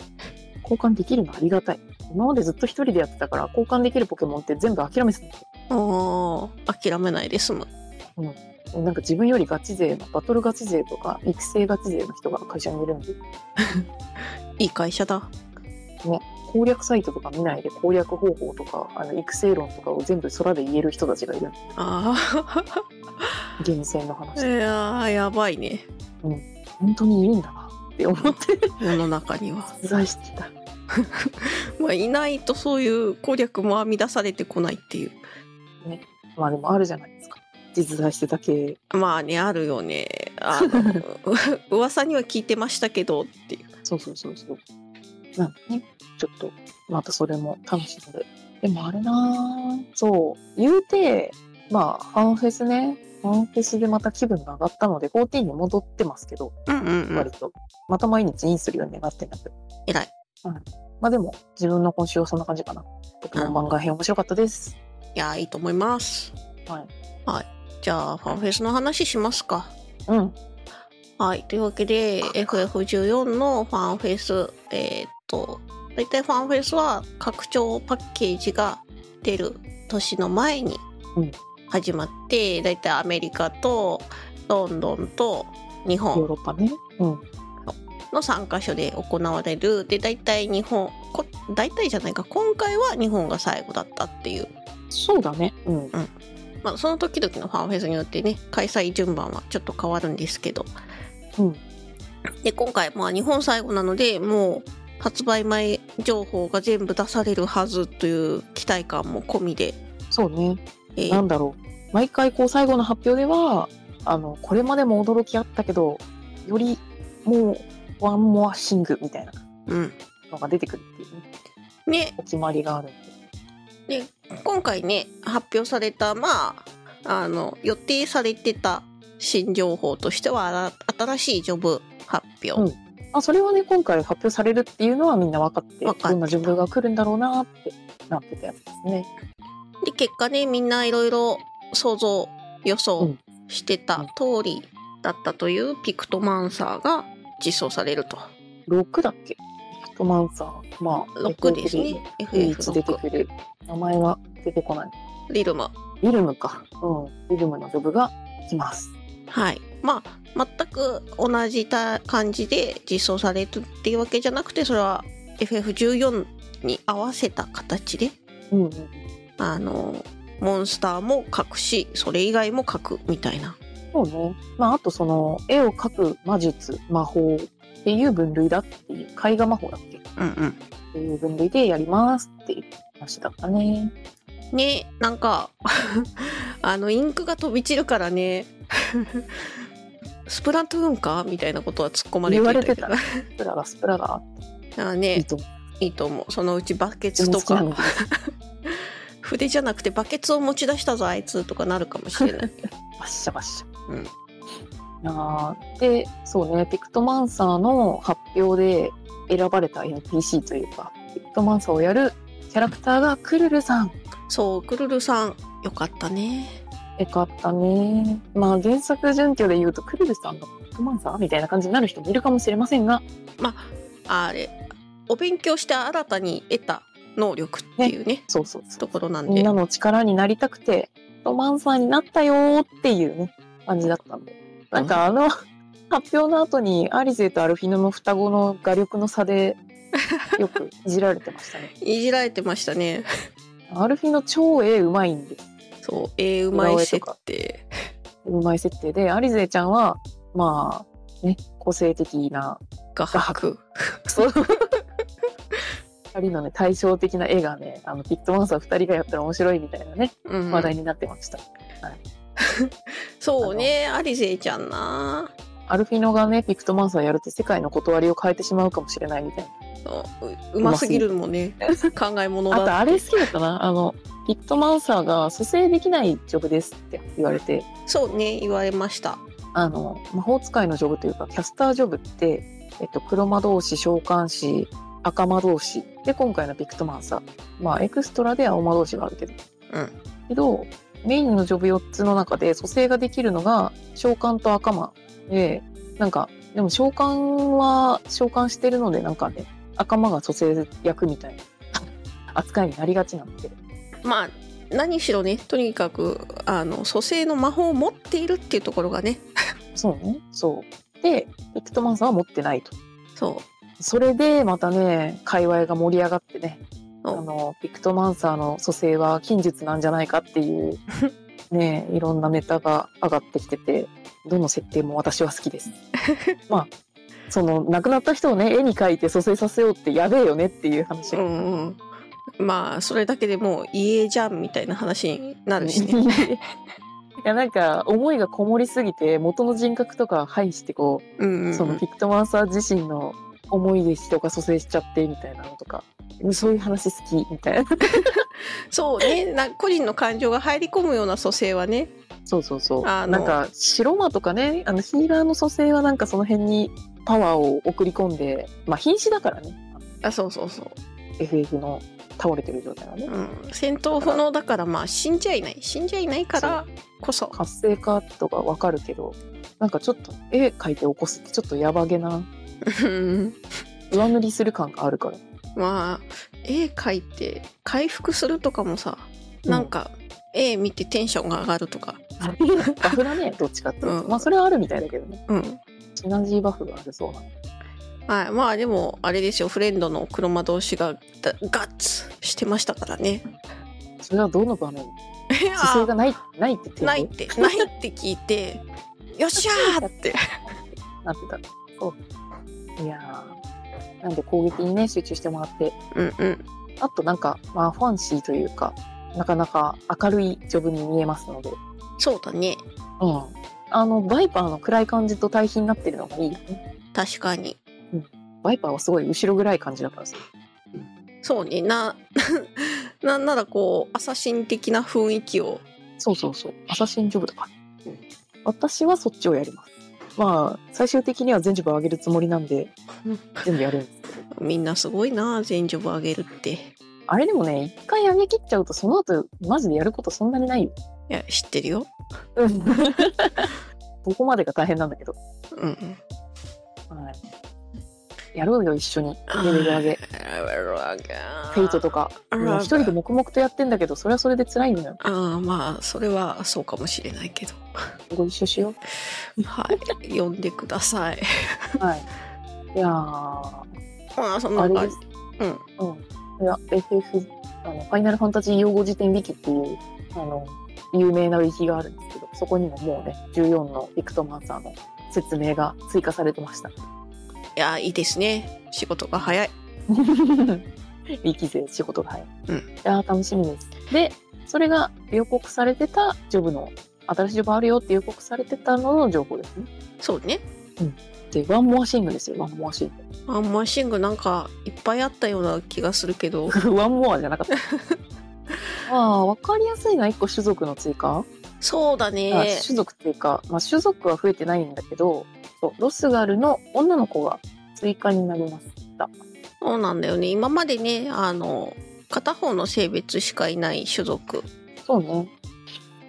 Speaker 2: 交換できるのありがたい今までずっと一人でやってたから交換できるポケモンって全部諦めてたんです
Speaker 1: ああ諦めないで済む
Speaker 2: よなんか自分よりガチ勢のバトルガチ勢とか育成ガチ勢の人が会社にいるんで
Speaker 1: いい会社だ
Speaker 2: 攻略サイトとか見ないで攻略方法とかあの育成論とかを全部空で言える人たちがいる
Speaker 1: あ あ
Speaker 2: 厳選の
Speaker 1: い
Speaker 2: 話
Speaker 1: やーやばいね
Speaker 2: 本当にいるんだなって思って
Speaker 1: 世の中には
Speaker 2: 取材してた
Speaker 1: まあいないとそういう攻略も編み出されてこないっていう
Speaker 2: まあでもあるじゃないですか実在してた系
Speaker 1: まあねあるよねあのう 噂には聞いてましたけどっていう
Speaker 2: そうそうそうそうなんでねちょっとまたそれも楽しみででもあれなぁそう言うてまあファンフェスねファンフェスでまた気分が上がったので14に戻ってますけど
Speaker 1: うんうんう
Speaker 2: 割
Speaker 1: ん
Speaker 2: とまた毎日インするようになってなく
Speaker 1: 偉い
Speaker 2: まあでも自分の今週はそんな感じかな。僕の漫画編面白かったです。
Speaker 1: いやーいいと思います
Speaker 2: はい。
Speaker 1: じゃあファンフェスの話しますか
Speaker 2: うん。
Speaker 1: はい。というわけで、FF14 のファンフェス、えーっと、大体ファンフェスは拡張パッケージが出る年の前に
Speaker 2: うん
Speaker 1: 始まって、大体アメリカとロンドンと日
Speaker 2: ヨー
Speaker 1: 本
Speaker 2: ロッパね。うん。
Speaker 1: の3カ所で行われる。で、大体日本、こ大体じゃないか、今回は日本が最後だったっていう。
Speaker 2: そうだね。うん。
Speaker 1: まあ、その時々のファンフェスによってね、開催順番はちょっと変わるんですけど、
Speaker 2: うん。
Speaker 1: で今回まあ日本最後なのでもう発売前情報が全部出されるはずという期待感も込みで、
Speaker 2: そうね。
Speaker 1: えー
Speaker 2: なんだろう。毎回こう最後の発表では、あの、これまでも驚きあったけど、よりもう、ワンモアシングみたいな
Speaker 1: うん
Speaker 2: のが出てくるっていうね、
Speaker 1: ね
Speaker 2: お決まりがあるんで。
Speaker 1: で今回ね発表されたまああの予定されてた新情報としてはあら新しいジョブ発表、
Speaker 2: うんあ、それはね、今回発表されるっていうのはみんな分かって、
Speaker 1: 分かってた
Speaker 2: どんなジョブが来るんだろうなってなってたやつですね。
Speaker 1: で結果ねみんないろいろ想像予
Speaker 2: う
Speaker 1: 想
Speaker 2: ん
Speaker 1: してた通りだったというピクトマンサーが実装されると
Speaker 2: 6だっけヒットマンサー。まあ、
Speaker 1: 6ですね
Speaker 2: 唯一出て
Speaker 1: FF6
Speaker 2: くる。名前は出てこない。
Speaker 1: リルム
Speaker 2: リルムか。うん。リルムのジョブが来ます。
Speaker 1: はい、まあ全く同じた感じで実装されるっていうわけじゃなくてそれは FF14 に合わせた形で
Speaker 2: うんうん。
Speaker 1: あのモンスターも描くしそれ以外も描くみたいな
Speaker 2: そうね。まあ、あとその、絵を描く魔術、魔法っていう分類だっていう、絵画魔法だっけっ
Speaker 1: うんうん
Speaker 2: ていう分類でやりますっていう話だったね。
Speaker 1: ねなんか あのインクが飛び散るからね スプラトゥーンかみたいなことは突っ込まれていたけど
Speaker 2: 言わスプラがスプラが
Speaker 1: だから
Speaker 2: いい
Speaker 1: ね
Speaker 2: と思
Speaker 1: いいと思うそのうちバケ
Speaker 2: う。
Speaker 1: ツと
Speaker 2: 好きな
Speaker 1: か
Speaker 2: ので
Speaker 1: 筆じゃなくてバケツを持ち出したぞあいつとかなるかもしれない
Speaker 2: バッシャバッシャ。
Speaker 1: うん
Speaker 2: あーで、そうね、ピクトマンサーの発表で選ばれた NPC というか、ピクトマンサーをやるキャラクターがクルルさん。
Speaker 1: そうくるるさんよかったね
Speaker 2: よかったね。まあ原作準拠で言うと、クルルさんがピクトマンサーみたいな感じになる人もいるかもしれませんが、
Speaker 1: あれお勉強して新たに得た能力っていうね
Speaker 2: そうそうそ
Speaker 1: ところなん
Speaker 2: う。みん
Speaker 1: で
Speaker 2: なの力になりたくて、ピクトマンサーになったよーっていうね、感じだったんで。なんかあの、発表の後にアリゼとアルフィノの双子の画力の差で、よくいじられてましたね。
Speaker 1: いじられてましたね
Speaker 2: アルフィの超絵うまいんです。
Speaker 1: そうえー、うまい設
Speaker 2: 裏
Speaker 1: 定
Speaker 2: うまい設定で、アリゼちゃんは、まあ、ね、個性的な、
Speaker 1: 画伯
Speaker 2: そう。二人のね、対照的な絵がね、あの、ピットモンスター二人がやったら面白いみたいなね、
Speaker 1: うん
Speaker 2: 話題になってました。
Speaker 1: そうねアリゼちゃんな
Speaker 2: アルフィノがね、ピクトマンサーやると世界の断りを変えてしまうかもしれないみたい
Speaker 1: そうううますぎるのもね考え物
Speaker 2: な。あと、
Speaker 1: だ
Speaker 2: あれ好きだったな。あの、ピクトマンサーが蘇生できないジョブですって言われて、
Speaker 1: そうね言われました
Speaker 2: あの魔法使いのジョブというかキャスタージョブって、えっと、黒魔導士召喚士赤魔導士で今回のピクトマンサーまあエクストラで青魔導士があるけど
Speaker 1: うん
Speaker 2: けどメインのジョブ4つの中で蘇生ができるのが召喚と赤魔でなんかでも召喚は召喚してるのでなんかね赤魔が蘇生役みたいな 扱いになりがちなんで
Speaker 1: まあ何しろねとにかくあの蘇生の魔法を持っているっていうところがね
Speaker 2: そうねそうでピクトマンサーは持ってないと。
Speaker 1: そ
Speaker 2: それでまたね界隈が盛り上がってねあ
Speaker 1: お
Speaker 2: のピクトマンサーの蘇生は近術なんじゃないかっていう ねいろんなネタが上がってきててどの設定も私は好 きですまあその亡くなった人をね絵に描いて蘇生させようってやべえよねっていう話
Speaker 1: ううん
Speaker 2: が、
Speaker 1: うんまあそれだけでもう家じゃんみたいな話になるし ね
Speaker 2: いやなんか思いがこもりすぎて元の人格とか排してこう
Speaker 1: うんうんうん
Speaker 2: そのピクトマンサー自身の思い出人が蘇生しちゃってみたいなのとかそういう話好きみたいな
Speaker 1: そうねな個人の感情が入り込むような蘇生はね
Speaker 2: そうそうそう
Speaker 1: あ
Speaker 2: な
Speaker 1: の
Speaker 2: んか白魔とかねあのヒーラーの蘇生はなんかその辺にパワーを送り込んでまあ瀕死だからね
Speaker 1: あそうそうそう
Speaker 2: FF の倒れてる状態はね
Speaker 1: うん、戦闘不能だからまあ死んじゃいない死んじゃいないからこそ
Speaker 2: 活性化とかわかるけどなんかちょっと絵描いて起こすってちょっとやばげな
Speaker 1: うん
Speaker 2: 上塗りする感があ るから
Speaker 1: まあ絵描いて回復するとかもさなんか絵見てテンションが上がるとか、
Speaker 2: バフだねどっちかっていうと、
Speaker 1: うん
Speaker 2: まあそれはあるみたいだけどね
Speaker 1: うん、
Speaker 2: シナジーバフがあるそうな
Speaker 1: はい、まあでもあれですよフレンドの車同士がだガッツしてましたからね。
Speaker 2: それはどの場面
Speaker 1: いや
Speaker 2: 姿勢がない ないって手を
Speaker 1: ないってないって聞いてよっしゃーって。
Speaker 2: なってたそういやーなんで攻撃にね集中してもらって
Speaker 1: うんうん
Speaker 2: あとなんかまあファンシーというかなかなか明るいジョブに見えますので
Speaker 1: そうだね
Speaker 2: うんあのバイパーの暗い感じと対比になってるのがいいよね
Speaker 1: 確かに
Speaker 2: バイパーはすごい後ろ暗い感じだからさ
Speaker 1: そうねな なんならこうアサシン的な雰囲気を
Speaker 2: そうそうそうアサシンジョブとか、私はそっちをやりますまあ最終的には全ジョブ上げるつもりなんで
Speaker 1: うん
Speaker 2: 全部やるんですけど
Speaker 1: みんなすごいな全ジョブ上げるって。
Speaker 2: あれでもね一回上げきっちゃうとその後マジでやることそんなにないよ
Speaker 1: いや知ってるよ。
Speaker 2: ここまでが大変なんだけど、
Speaker 1: うんうん。
Speaker 2: はい、やろうよ一緒にレベル上げフェイトとか
Speaker 1: あ
Speaker 2: もう一人で黙々とやってんだけどそれはそれで辛いのよ
Speaker 1: ああまあそれはそうかもしれないけど。
Speaker 2: ご一緒しよ
Speaker 1: はい、読んでください。
Speaker 2: うはいいやー
Speaker 1: まあ、そん
Speaker 2: あ
Speaker 1: な感
Speaker 2: れで
Speaker 1: じ
Speaker 2: す。
Speaker 1: うん。
Speaker 2: いや FF あのファイナルファンタジー用語辞典ウィキっていうあの有名なウィキがあるんですけどそこにももうね14のビクトマンサーの説明が追加されて ました
Speaker 1: いや、いいですね。仕事が早い。
Speaker 2: ウィキ勢仕事が早い、
Speaker 1: うん
Speaker 2: いやー楽しみですでそれが予告されてたジョブの新しいジョブあるよって予告されてたのの情報ですね
Speaker 1: そうね。
Speaker 2: でワンモアシングですよワンモアシン
Speaker 1: あんマシングなんかいっぱいあったような気がするけど。
Speaker 2: グ ワンモアじゃなかったああ分かりやすいのは1個種族の追加
Speaker 1: そうだ
Speaker 2: あ
Speaker 1: ね。
Speaker 2: 種族っていうか、まあ、種族は増えてないんだけどそうロスガルの女の子が追加になりました
Speaker 1: そうなんだよね。今までね、あの、片方の性別しかいない種族。
Speaker 2: そうね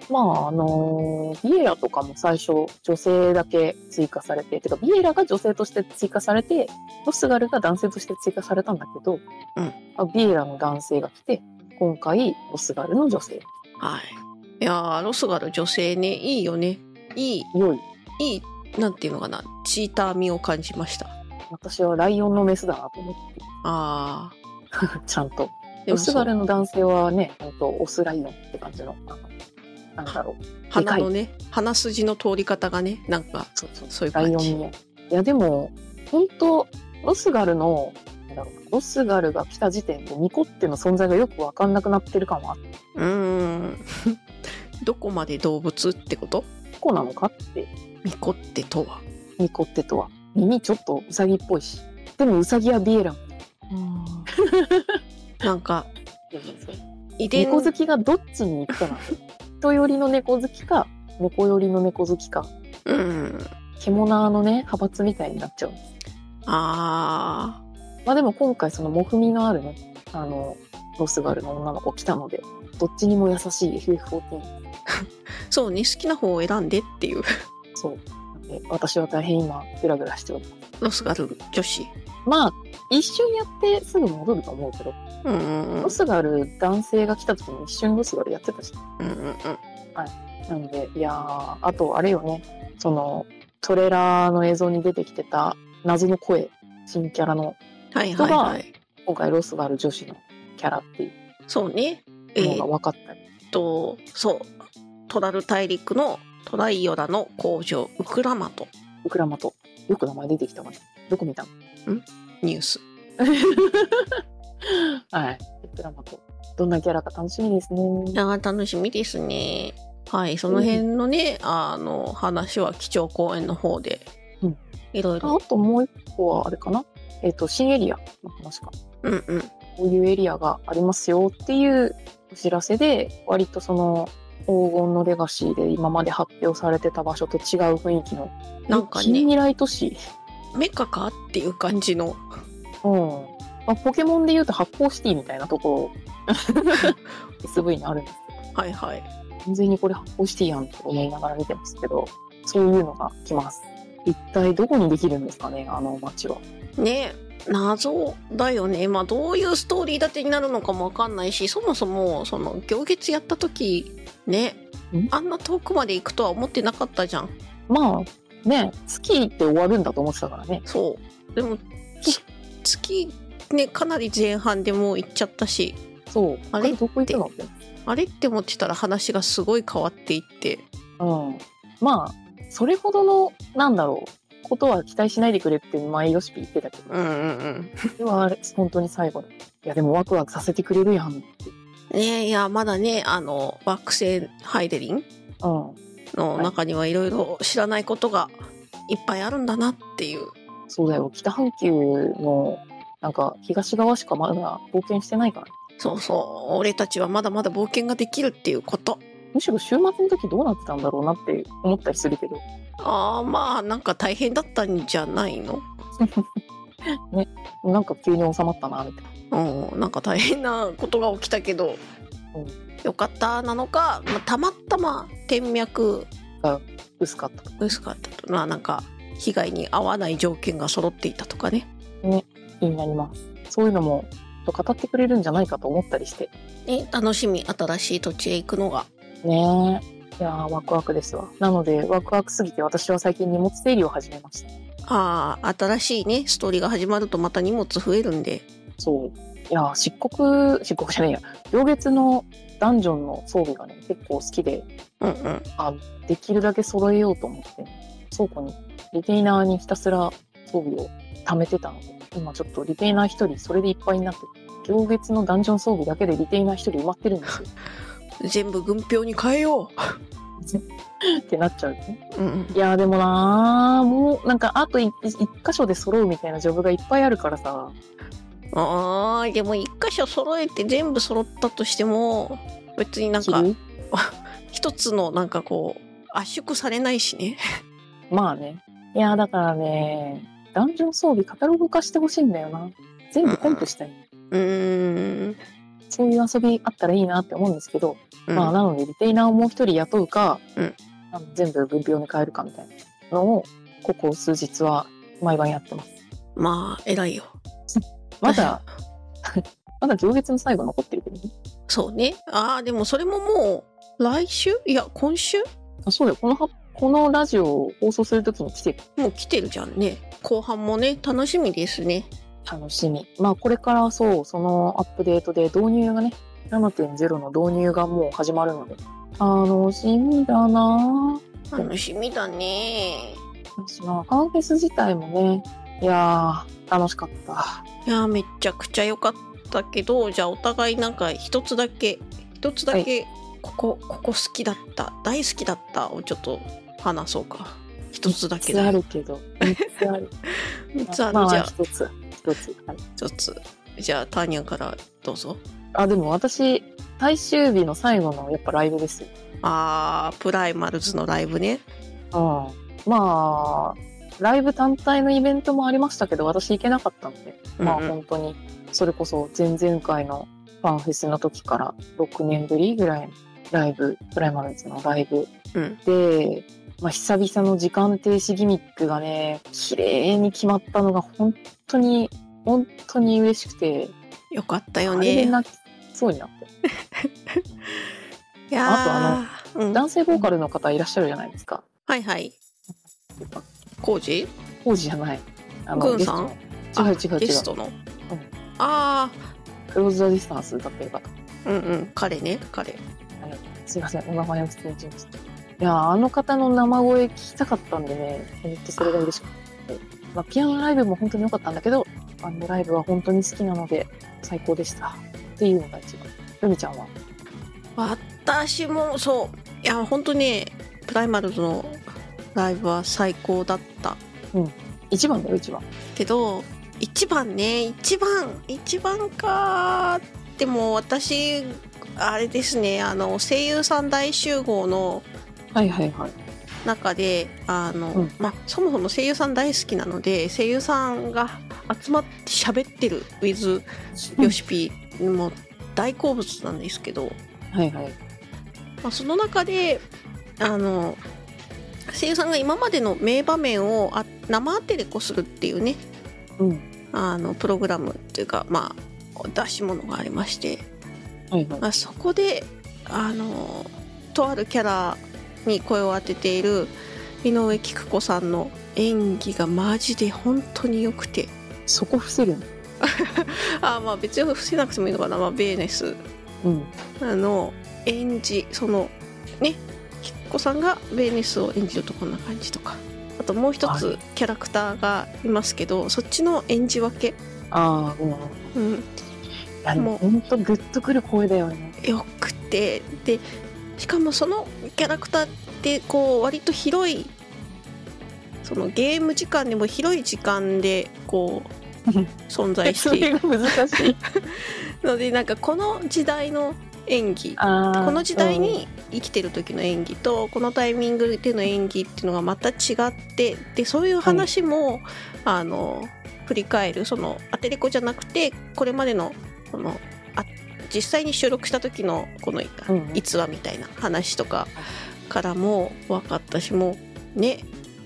Speaker 2: まああのービエラとかも最初女性だけ追加されててかビエラが女性として追加されてロスガルが男性として追加されたんだけど、
Speaker 1: うん
Speaker 2: あビエラの男性が来て今回ロスガルの女性
Speaker 1: はい。いやー、ロスガル女性ね、いいよね。いい、
Speaker 2: 良い
Speaker 1: いい、なんていうのかな。チーター味を感じました。
Speaker 2: 私はライオンのメスだなと思って
Speaker 1: あ
Speaker 2: ちゃんと
Speaker 1: ー。
Speaker 2: ロス
Speaker 1: そ
Speaker 2: ガ
Speaker 1: う
Speaker 2: ルの男性はね、本当オスライオンって感じの、あのなんだろう。
Speaker 1: 鼻のね、鼻筋の通り方がね、なんか、
Speaker 2: そうそう
Speaker 1: そういう
Speaker 2: ライ
Speaker 1: 感
Speaker 2: オン
Speaker 1: じ。
Speaker 2: も。いや、でも、本当ロスガルの、なんだろう、ロスガルが来た時点で、ニコっての存在がよくわかんなくなってる感はあって、
Speaker 1: うーん どこまで動物ってこと
Speaker 2: ニコなのかって、
Speaker 1: ミコってとは
Speaker 2: ニコってとは。耳ちょっとウサギっぽいし。でもウサギはビエラも
Speaker 1: なんか
Speaker 2: いるんですよ
Speaker 1: 遺伝
Speaker 2: 猫好きがどっちに行くかなんて。人寄りの猫好きか、猫寄りの猫好きか、
Speaker 1: うん
Speaker 2: 獣のね、派閥みたいになっちゃうんです。
Speaker 1: あ
Speaker 2: まあでも今回そのモフミのあるねあのロスガルの女の子来たのでどっちにも優しい FF14
Speaker 1: ーそうね好きな方を選んでっていう
Speaker 2: そうなんで私は大変今グラグラしております
Speaker 1: ロスガル女子
Speaker 2: まあ一瞬やってすぐ戻ると思うけど、
Speaker 1: うんうんうん
Speaker 2: ロスガル男性が来た時に一瞬ロスガルやってたし
Speaker 1: うんうんうん
Speaker 2: なんでいやーあとあれよねそのトレーラーの映像に出てきてた謎の声新キャラの
Speaker 1: はいはいはい
Speaker 2: 今回ロスガル女子のキャラってい
Speaker 1: そうねえ
Speaker 2: うのが
Speaker 1: ーっ
Speaker 2: 分かったり、
Speaker 1: とそうトラル大陸のトライオラの工場ウクラマト
Speaker 2: ウクラマとよく名前出てきたわねどこ見たの
Speaker 1: ニュース
Speaker 2: はい。ドラマと。どんなキャラか楽しみですね。
Speaker 1: いやー楽しみですね。はい、その辺のね、あの話は基調講演の方で
Speaker 2: うん、
Speaker 1: いろい
Speaker 2: あ
Speaker 1: ろ、
Speaker 2: ともう一個はあれかな。えっ、と、新エリアの話か。
Speaker 1: うんうん、
Speaker 2: こういうエリアがありますよっていうお知らせで、割とその黄金のレガシーで今まで発表されてた場所と違う雰囲気の、
Speaker 1: なんかね
Speaker 2: 近未来都市。
Speaker 1: メカかっていう感じの、
Speaker 2: うん。まあ、ポケモンで言うと発光シティみたいなとこ ろ SV にあるんですけ
Speaker 1: はいはい。
Speaker 2: ど完全にこれ発光シティやんと思いながら見てますけどそういうのが来ます一体どこにできるんですかねあの街は
Speaker 1: ね謎だよね。まあどういうストーリー立てになるのかもわかんないし、そもそもその行月やった時ね
Speaker 2: ん、
Speaker 1: あんな遠くまで行くとは思ってなかったじゃん。
Speaker 2: まあね月って終わるんだと思ってたからね
Speaker 1: そう。でもつ月ねかなり前半でもう行っちゃったし、
Speaker 2: そう
Speaker 1: あれ
Speaker 2: どこ行くのって
Speaker 1: あれって思ってたら話がすごい変わっていって。
Speaker 2: うん、まあそれほどのなんだろうことは期待しないでくれって前よしぴ言ってたけど、
Speaker 1: うんうんうん。
Speaker 2: ではあれ本当に最後だいやでもワクワクさせてくれるやんって、
Speaker 1: ねいやまだねあの惑星ハイデリン
Speaker 2: うん、
Speaker 1: の中にはいろいろ知らないことがいっぱいあるんだなっていう
Speaker 2: そうだよ北半球のなんか東側しかまだ冒険してないから
Speaker 1: そうそう俺たちはまだまだ冒険ができるっていうこと
Speaker 2: むしろ週末の時どうなってたんだろうなって思ったりするけど
Speaker 1: ああまあなんか大変だったんじゃないの
Speaker 2: なんか急に収まったなみたいな
Speaker 1: うんなんか大変なことが起きたけど、
Speaker 2: うん
Speaker 1: よかったなのか、まあたまたま天脈
Speaker 2: 薄かった
Speaker 1: 薄かったとまあなんか被害に遭わない条件が揃っていたとかね
Speaker 2: 気になりますそういうのもちょっと語ってくれるんじゃないかと思ったりして
Speaker 1: ね楽しみ新しい土地へ行くのが
Speaker 2: ねえ。いやーワクワクですわ。なので、ワクワクすぎて私は最近荷物整理を始めました。
Speaker 1: ああ新しいねストーリーが始まるとまた荷物増えるんで
Speaker 2: そう。いやー漆黒、漆黒じゃねえや。両月のダンジョンの装備がね、結構好きで、
Speaker 1: うんうん
Speaker 2: できるだけ揃えようと思って、倉庫に、リテイナーにひたすら装備を貯めてたので、今ちょっとリテイナー一人、それでいっぱいになってる、両月のダンジョン装備だけでリテイナー一人埋まってるんです よ。
Speaker 1: 全部軍票に変えよ
Speaker 2: ってなっちゃうよね。
Speaker 1: う、うんうん
Speaker 2: いやーでもなーもうなんかあとい一箇所で揃うみたいなジョブがいっぱいあるからさ
Speaker 1: あーでも一箇所揃えて全部揃ったとしても別になんか
Speaker 2: 着る
Speaker 1: 一つのなんかこう圧縮されないしね
Speaker 2: まあねいやーだからねダンジョン装備カタログ化してほしいんだよな全部コンプしたい、
Speaker 1: うーん、
Speaker 2: そういう遊びあったらいいなって思うんですけど、
Speaker 1: うん
Speaker 2: まあなのでリテイナーをもう一人雇うか、
Speaker 1: うん
Speaker 2: あの全部分票に変えるかみたいなのをここ数日は毎晩やってます
Speaker 1: まあ偉いよ
Speaker 2: まだ まだ行月の最後残ってるけどね
Speaker 1: そうねああでもそれももう来週いや今週
Speaker 2: あそうだよこのはこのラジオを放送するときに来てる
Speaker 1: もう来てるじゃんね後半もね楽しみですね
Speaker 2: 楽しみ。まあこれからそう、そのアップデートで導入がね、7.0の導入がもう始まるので、楽しみだなぁ。
Speaker 1: 楽しみだね
Speaker 2: 私まあ、カンフェス自体もね、いやー、楽しかった。
Speaker 1: いやーめちゃくちゃ良かったけどじゃあお互いなんか一つだけ一つだけここ、ここ好きだった大好きだったをちょっと話そうか一つだけ
Speaker 2: 三つ
Speaker 1: だ
Speaker 2: あるけど、三つある。
Speaker 1: 三つある
Speaker 2: ま
Speaker 1: じ
Speaker 2: あ
Speaker 1: ゃあ
Speaker 2: 一つ、一つ。はい
Speaker 1: 一つじゃあターニャからどうぞ
Speaker 2: あ、でも私、最終日の最後のやっぱライブですよ。
Speaker 1: あープライマルズのライブね
Speaker 2: うん。まあ、ライブ単体のイベントもありましたけど、私行けなかったので、まあ
Speaker 1: うんうん
Speaker 2: 本当にそれこそ前々回のファンフェスの時から6年ぶりぐらいのライブプライマルズのライブ
Speaker 1: うん
Speaker 2: で、まあ、久々の時間停止ギミックがね綺麗に決まったのが本当に本当に嬉しくて
Speaker 1: よかったよ
Speaker 2: あれで
Speaker 1: ね
Speaker 2: 泣きそうになって
Speaker 1: いや
Speaker 2: あ
Speaker 1: ーうん、
Speaker 2: 男性ボーカルの方いらっしゃるじゃないですか
Speaker 1: はいはい
Speaker 2: やっぱ
Speaker 1: コージ
Speaker 2: 王子じゃないあ
Speaker 1: グン
Speaker 2: ゲス
Speaker 1: さ
Speaker 2: ト
Speaker 1: ん
Speaker 2: の違う違う
Speaker 1: ゲ
Speaker 2: 違
Speaker 1: ス
Speaker 2: う
Speaker 1: トの、あ
Speaker 2: クローズ・ザ・ディスタンス歌ってる方
Speaker 1: あうんうん彼ね彼
Speaker 2: すいません、お名前を失礼しました。いやー、あの方の生声聞きたかったんでね、本当それが嬉しくて。まあ、ピアノライブも本当に良かったんだけど、バンドライブは本当に好きなので、最高でした。っていうのが一番。ルミちゃんは。
Speaker 1: 私もそういや本当ねプライマルズのライブは最高だった
Speaker 2: 一番だよ、一番。
Speaker 1: けど一番ね一番一番かでも私あれですねあの声優さん大集合の
Speaker 2: はいはいはい。
Speaker 1: 中であの、
Speaker 2: うん
Speaker 1: まあ、そもそも声優さん大好きなので声優さんが集まって喋ってる with よしぴーも大好物なんですけど、
Speaker 2: はいはい。
Speaker 1: まあ、その中であの声優さんが今までの名場面をあ生アテレコするっていうね
Speaker 2: うん。
Speaker 1: あのプログラムというか、まあ、出し物がありまして、
Speaker 2: はいはい。
Speaker 1: まあ、そこであのとあるキャラに声を当てている井上菊子さんの演技がマジで本当に良くて
Speaker 2: そこ伏せるの。
Speaker 1: あーまあ別に伏せなくてもいいのかな、まあ、ベーネス
Speaker 2: うん。
Speaker 1: あの演じそのねきっこさんがベーネスを演じるとこんな感じとかあともう一
Speaker 2: は
Speaker 1: つキャラクターがいますけど、そっちの演じ分け、
Speaker 2: ああ、うん。い
Speaker 1: うん、
Speaker 2: やで
Speaker 1: もう
Speaker 2: も本当グッとくる声だよね。
Speaker 1: よくてでしかもそのキャラクターってこう割と広いそのゲーム時間でも広い時間でこう存在し
Speaker 2: そ
Speaker 1: てい
Speaker 2: れ
Speaker 1: る
Speaker 2: が難しい。
Speaker 1: のでなんかこの時代の演技
Speaker 2: ああ。
Speaker 1: この時代に生きてる時の演技とこのタイミングでの演技っていうのがまた違ってでそういう話も、あの振り返るそのアテレコじゃなくてこれまでのこのあ実際に収録した時のこの
Speaker 2: うん、うん
Speaker 1: 逸話みたいな話とかからも分かったしもうね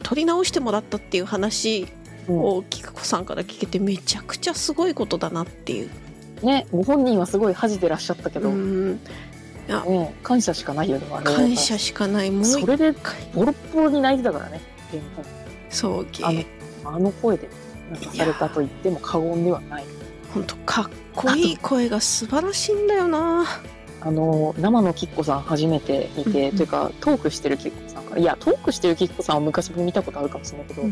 Speaker 1: 撮り直してもらったっていう話を菊子さんから聞けてめちゃくちゃすごいことだなっていう。
Speaker 2: ね、ご本人はすごい恥じてらっしゃったけど、
Speaker 1: うん
Speaker 2: ね、感謝しかないよね。あれは
Speaker 1: 感謝しかないもう
Speaker 2: そ
Speaker 1: 一
Speaker 2: れで
Speaker 1: 回
Speaker 2: ボロッボロに泣いてたからね。原
Speaker 1: そうゲ
Speaker 2: あ
Speaker 1: ー
Speaker 2: の本あの声でなんかされたと言っても過言ではない。
Speaker 1: ほんとかっこいい声が素晴らしいんだよな
Speaker 2: あの生のキッコさん初めて見て、
Speaker 1: うんうん
Speaker 2: というかトークしてるキッコさんからいやトークしてるキッコさんは昔も見たことあるかもしれないけど、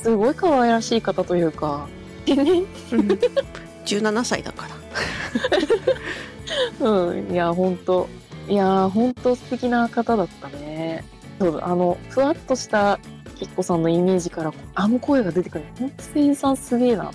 Speaker 2: すごい可愛らしい方というかでね、
Speaker 1: うん17歳だから
Speaker 2: うん、いや本当いや本当素敵な方だったねそうあのふわっとしたキッコさんのイメージからあの声が出てくるの本当声優さんすげえな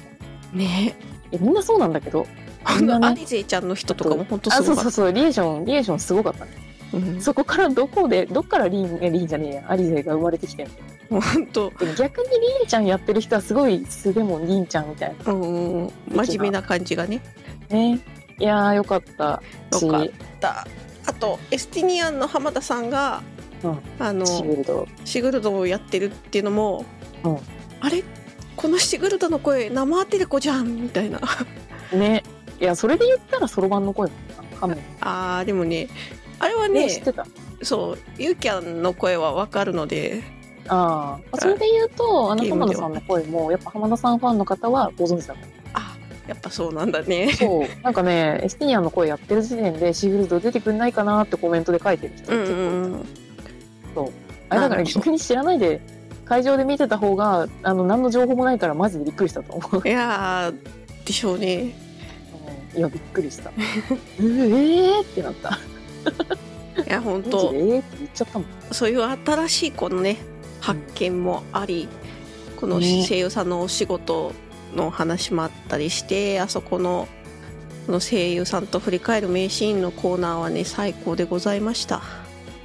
Speaker 1: ね
Speaker 2: いやみんなそうなんだけど
Speaker 1: あ
Speaker 2: みんな
Speaker 1: の
Speaker 2: ね
Speaker 1: アリゼちゃんの人とかもほんと
Speaker 2: あ
Speaker 1: す
Speaker 2: そ
Speaker 1: ご
Speaker 2: う
Speaker 1: かっ
Speaker 2: そう
Speaker 1: た
Speaker 2: そうリエーションリエーションすごかったね
Speaker 1: うん
Speaker 2: そこからどこでどっからリンえリンじゃねえやアリゼが生まれてきてんの
Speaker 1: ほんと
Speaker 2: でも逆にりんちゃんやってる人はすごい素でもりんちゃんみたい
Speaker 1: うん真面目な感じがね
Speaker 2: なねいやーよかったし
Speaker 1: よかったあとエスティニアンの浜田さんが、
Speaker 2: うん
Speaker 1: あの
Speaker 2: シールド
Speaker 1: シグルドをやってるっていうのも、
Speaker 2: うん
Speaker 1: あれこのシグルドの声生アテレコじゃんみたいな
Speaker 2: ねいやそれで言ったらそろばんの声もカメ
Speaker 1: あーでもねあれは
Speaker 2: ね
Speaker 1: ね
Speaker 2: 知ってた
Speaker 1: そうゆうきゃんの声はわかるので
Speaker 2: あーそれで言うとあの
Speaker 1: ゲーム
Speaker 2: 浜
Speaker 1: で
Speaker 2: 田
Speaker 1: は
Speaker 2: さんの声もやっぱ浜田さんファンの方はご存知だっ
Speaker 1: あやっぱそうなんだ ね
Speaker 2: たそうなんかねエスティニアンの声やってる時点でシーフルド出てくんないかなってコメントで書いてる人
Speaker 1: うん
Speaker 2: 結
Speaker 1: う
Speaker 2: 構いた
Speaker 1: んうんな
Speaker 2: あれだから
Speaker 1: るほど
Speaker 2: 逆に知らないで会場で見てた方があの何の情報もないからマジでびっくりしたと思う
Speaker 1: いやーでしょうね
Speaker 2: いやびっくりした うえーってなった
Speaker 1: いや本
Speaker 2: マジ
Speaker 1: 当
Speaker 2: でえーって言っちゃったもん
Speaker 1: そういう新しいこのね発見もあり、この
Speaker 2: ね
Speaker 1: 声優さんのお仕事の話もあったりしてあそこのこの声優さんと振り返る名シーンのコーナーはね最高でございました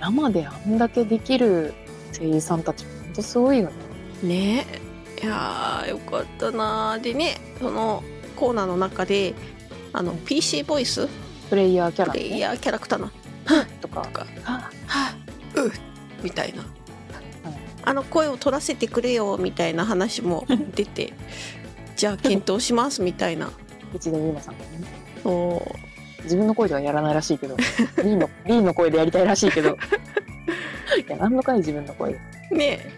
Speaker 2: 生であんだけできる声優さんたちほんとすごいよね
Speaker 1: ねいやーよかったなーでねそのコーナーの中であの PC ボイス
Speaker 2: プレイヤーキャラ、
Speaker 1: プレイ
Speaker 2: ね、
Speaker 1: ヤーキャラクターの
Speaker 2: とか
Speaker 1: とか
Speaker 2: あ
Speaker 1: はあうっみたいな、あの声を取らせてくれよみたいな話 も出てじゃあ検討しますみたいな
Speaker 2: うちでリーナさんがね
Speaker 1: そ
Speaker 2: 自分の声ではやらないらし いけどリーのリーの声でやりたいらしいけどいや何のかい自分の声
Speaker 1: うね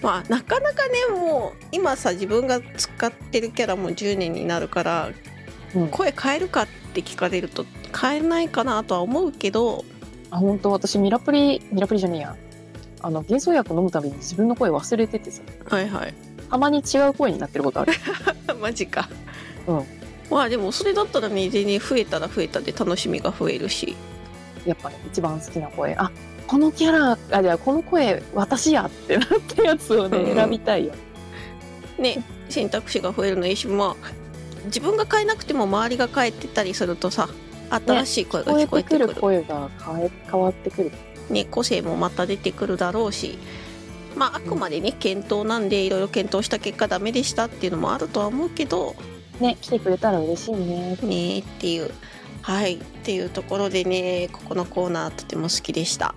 Speaker 1: まあなかなかねもう今さ自分が使ってるキャラも10年になるから、
Speaker 2: うん
Speaker 1: 声変えるかって聞かれると変えないかなとは思うけど
Speaker 2: あ本当私ミラプリミラプリじゃねえやあの幻想薬飲むたびに自分の声忘れててさ
Speaker 1: はいはい
Speaker 2: たまに違う声になってることある
Speaker 1: マジか、
Speaker 2: うん
Speaker 1: まあでもそれだったらね全然増えたら増えたで楽しみが増えるし
Speaker 2: やっぱね一番好きな声あこのキャラあじゃあこの声私やってなったやつをね、
Speaker 1: うん
Speaker 2: 選びたいよ
Speaker 1: ね選択肢が増えるのいいしまあ自分が変えなくても周りが変えてたりするとさ新しい声が聞
Speaker 2: 聞こ
Speaker 1: こ
Speaker 2: え
Speaker 1: え
Speaker 2: てく
Speaker 1: てくる,、
Speaker 2: る声が変え変わってくる
Speaker 1: ね個性もまた出てくるだろうしまああくまでね検討なんでいろいろ検討した結果ダメでしたっていうのもあるとは思うけど
Speaker 2: ね、来てくれたら嬉しいね。
Speaker 1: ねっていうはいっていうところでねここのコーナーとても好きでした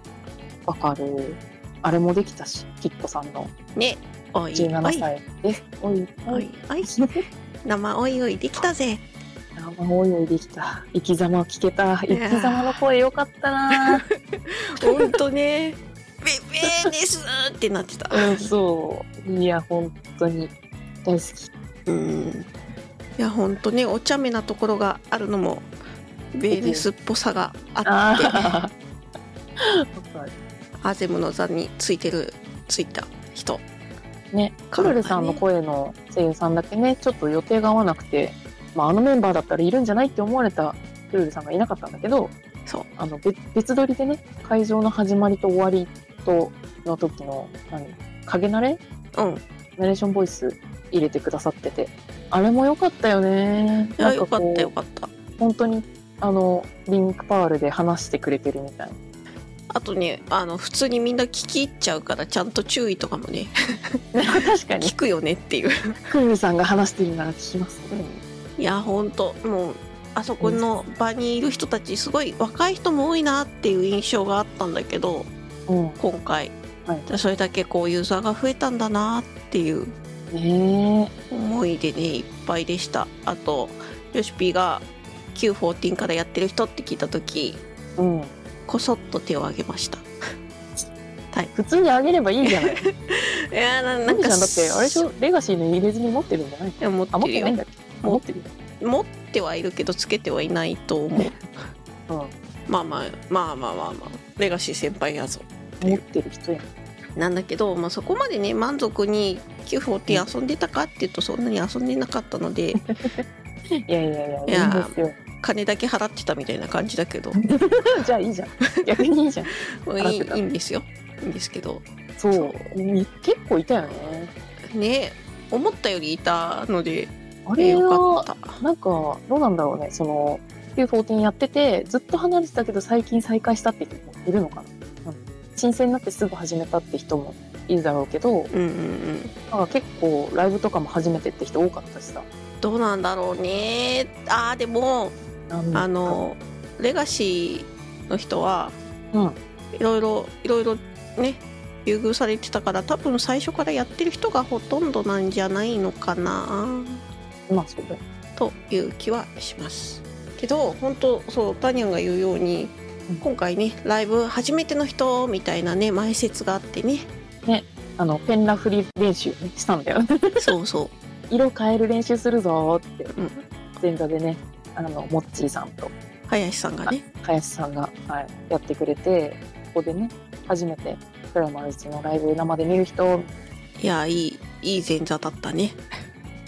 Speaker 2: わかる。あれもできたし、キッコさんの
Speaker 1: ねおいお
Speaker 2: 17
Speaker 1: い
Speaker 2: 歳です。おい、
Speaker 1: お
Speaker 2: おい
Speaker 1: い。おい生おいおいできたぜ
Speaker 2: 生おいおいできた。生き様聞けた。生き様の声よかったな。
Speaker 1: ほんと ね「べべーです」ってなってた
Speaker 2: うん、そう。いや、本当に大好き。
Speaker 1: うんいやほんとねお茶目なところがあるのもベーレスっぽさがあって
Speaker 2: ああ。 わか
Speaker 1: アゼムの座についてるついた人
Speaker 2: るね、カロルさんの声の声優さんだけね、ちょっと予定が合わなくて、まあ、あのメンバーだったらいるんじゃないって思われたクルルさんがいなかったんだけど、
Speaker 1: そう
Speaker 2: あの別別撮りでね会場の始まりと終わりとの時の何影慣れ
Speaker 1: うん
Speaker 2: ナレーションボイス入れてくださっててあれも良かったよね
Speaker 1: いやよかったよかった
Speaker 2: 本当にあのリンクパールで話してくれてるみたい
Speaker 1: あとねあの普通にみんな聞き入っちゃうからちゃんと注意とかもね
Speaker 2: な確かに
Speaker 1: 聞くよねっていう
Speaker 2: クールさんが話してるなら聞きますね
Speaker 1: いやほんともうあそこの場にいる人たちすごい若い人も多いなっていう印象があったんだけど
Speaker 2: うん、
Speaker 1: 今回
Speaker 2: はい
Speaker 1: それだけこうユーザーが増えたんだなっていう
Speaker 2: ね
Speaker 1: 思いでねいっぱいでしたあとヨシピーが Q14 からやってる人って聞いた時
Speaker 2: えうん
Speaker 1: こそっと手を挙げま した
Speaker 2: 普通にあげればいいじゃない。
Speaker 1: いやな
Speaker 2: なんかだって、あれでしょ、レガシーの入れ墨持ってるんじゃない
Speaker 1: いや持っ
Speaker 2: あ、持
Speaker 1: てる
Speaker 2: って
Speaker 1: よ
Speaker 2: ないんだっけ持ってるよ。
Speaker 1: 持ってはいるけどつけてはいないと思う
Speaker 2: う
Speaker 1: まあまあまあまあまあまあレガシー先輩やぞ
Speaker 2: ん。持ってる人や。
Speaker 1: なんだけど、まあ、そこまでね満足に Q40 遊んでたかっていうとそんなに遊んでなかったの で
Speaker 2: いやいやいや、
Speaker 1: い
Speaker 2: い
Speaker 1: や
Speaker 2: いんですよ。
Speaker 1: 金だけ払ってたみたいな感じだけ ど
Speaker 2: じゃあいいじゃん。逆にいいじゃん。
Speaker 1: いい
Speaker 2: 払ってた
Speaker 1: いいんですよいいんですけど
Speaker 2: そう
Speaker 1: そう
Speaker 2: 結構いたよね。
Speaker 1: ね思ったよりいたので
Speaker 2: あ
Speaker 1: え
Speaker 2: れ
Speaker 1: よ
Speaker 2: は、
Speaker 1: かっ
Speaker 2: なんか、どうなんだろうね。その、Q14 やってて、ずっと離れてたけど、最近再開したって人もいるのかな。うん新鮮になってすぐ始めたって人もいるだろうけど、
Speaker 1: たうんうんうん
Speaker 2: なんか結構ライブとかも初めてって人多かったしさ。
Speaker 1: どうなんだろうねあーでも
Speaker 2: なんか
Speaker 1: あ、のレガシーの人は
Speaker 2: うん。
Speaker 1: いろいろいろいろね優遇されてたから多分最初からやってる人がほとんどなんじゃないのかな
Speaker 2: まあそうだよ。
Speaker 1: という気はしますけど本当そうタニャンが言うように
Speaker 2: うん
Speaker 1: 今回ねライブ初めての人みたいなね前説があって ね
Speaker 2: あの、ペンラ振り練習ね、したんだよ。
Speaker 1: そうそ
Speaker 2: 色変える練習するぞーって、
Speaker 1: ん
Speaker 2: 前座でね、あの、モッチーさんと
Speaker 1: う林さんがね
Speaker 2: 林さんが、はい、やってくれてここでね初めてプラマルズのライブを生で見る人
Speaker 1: いやいいいい前座だったね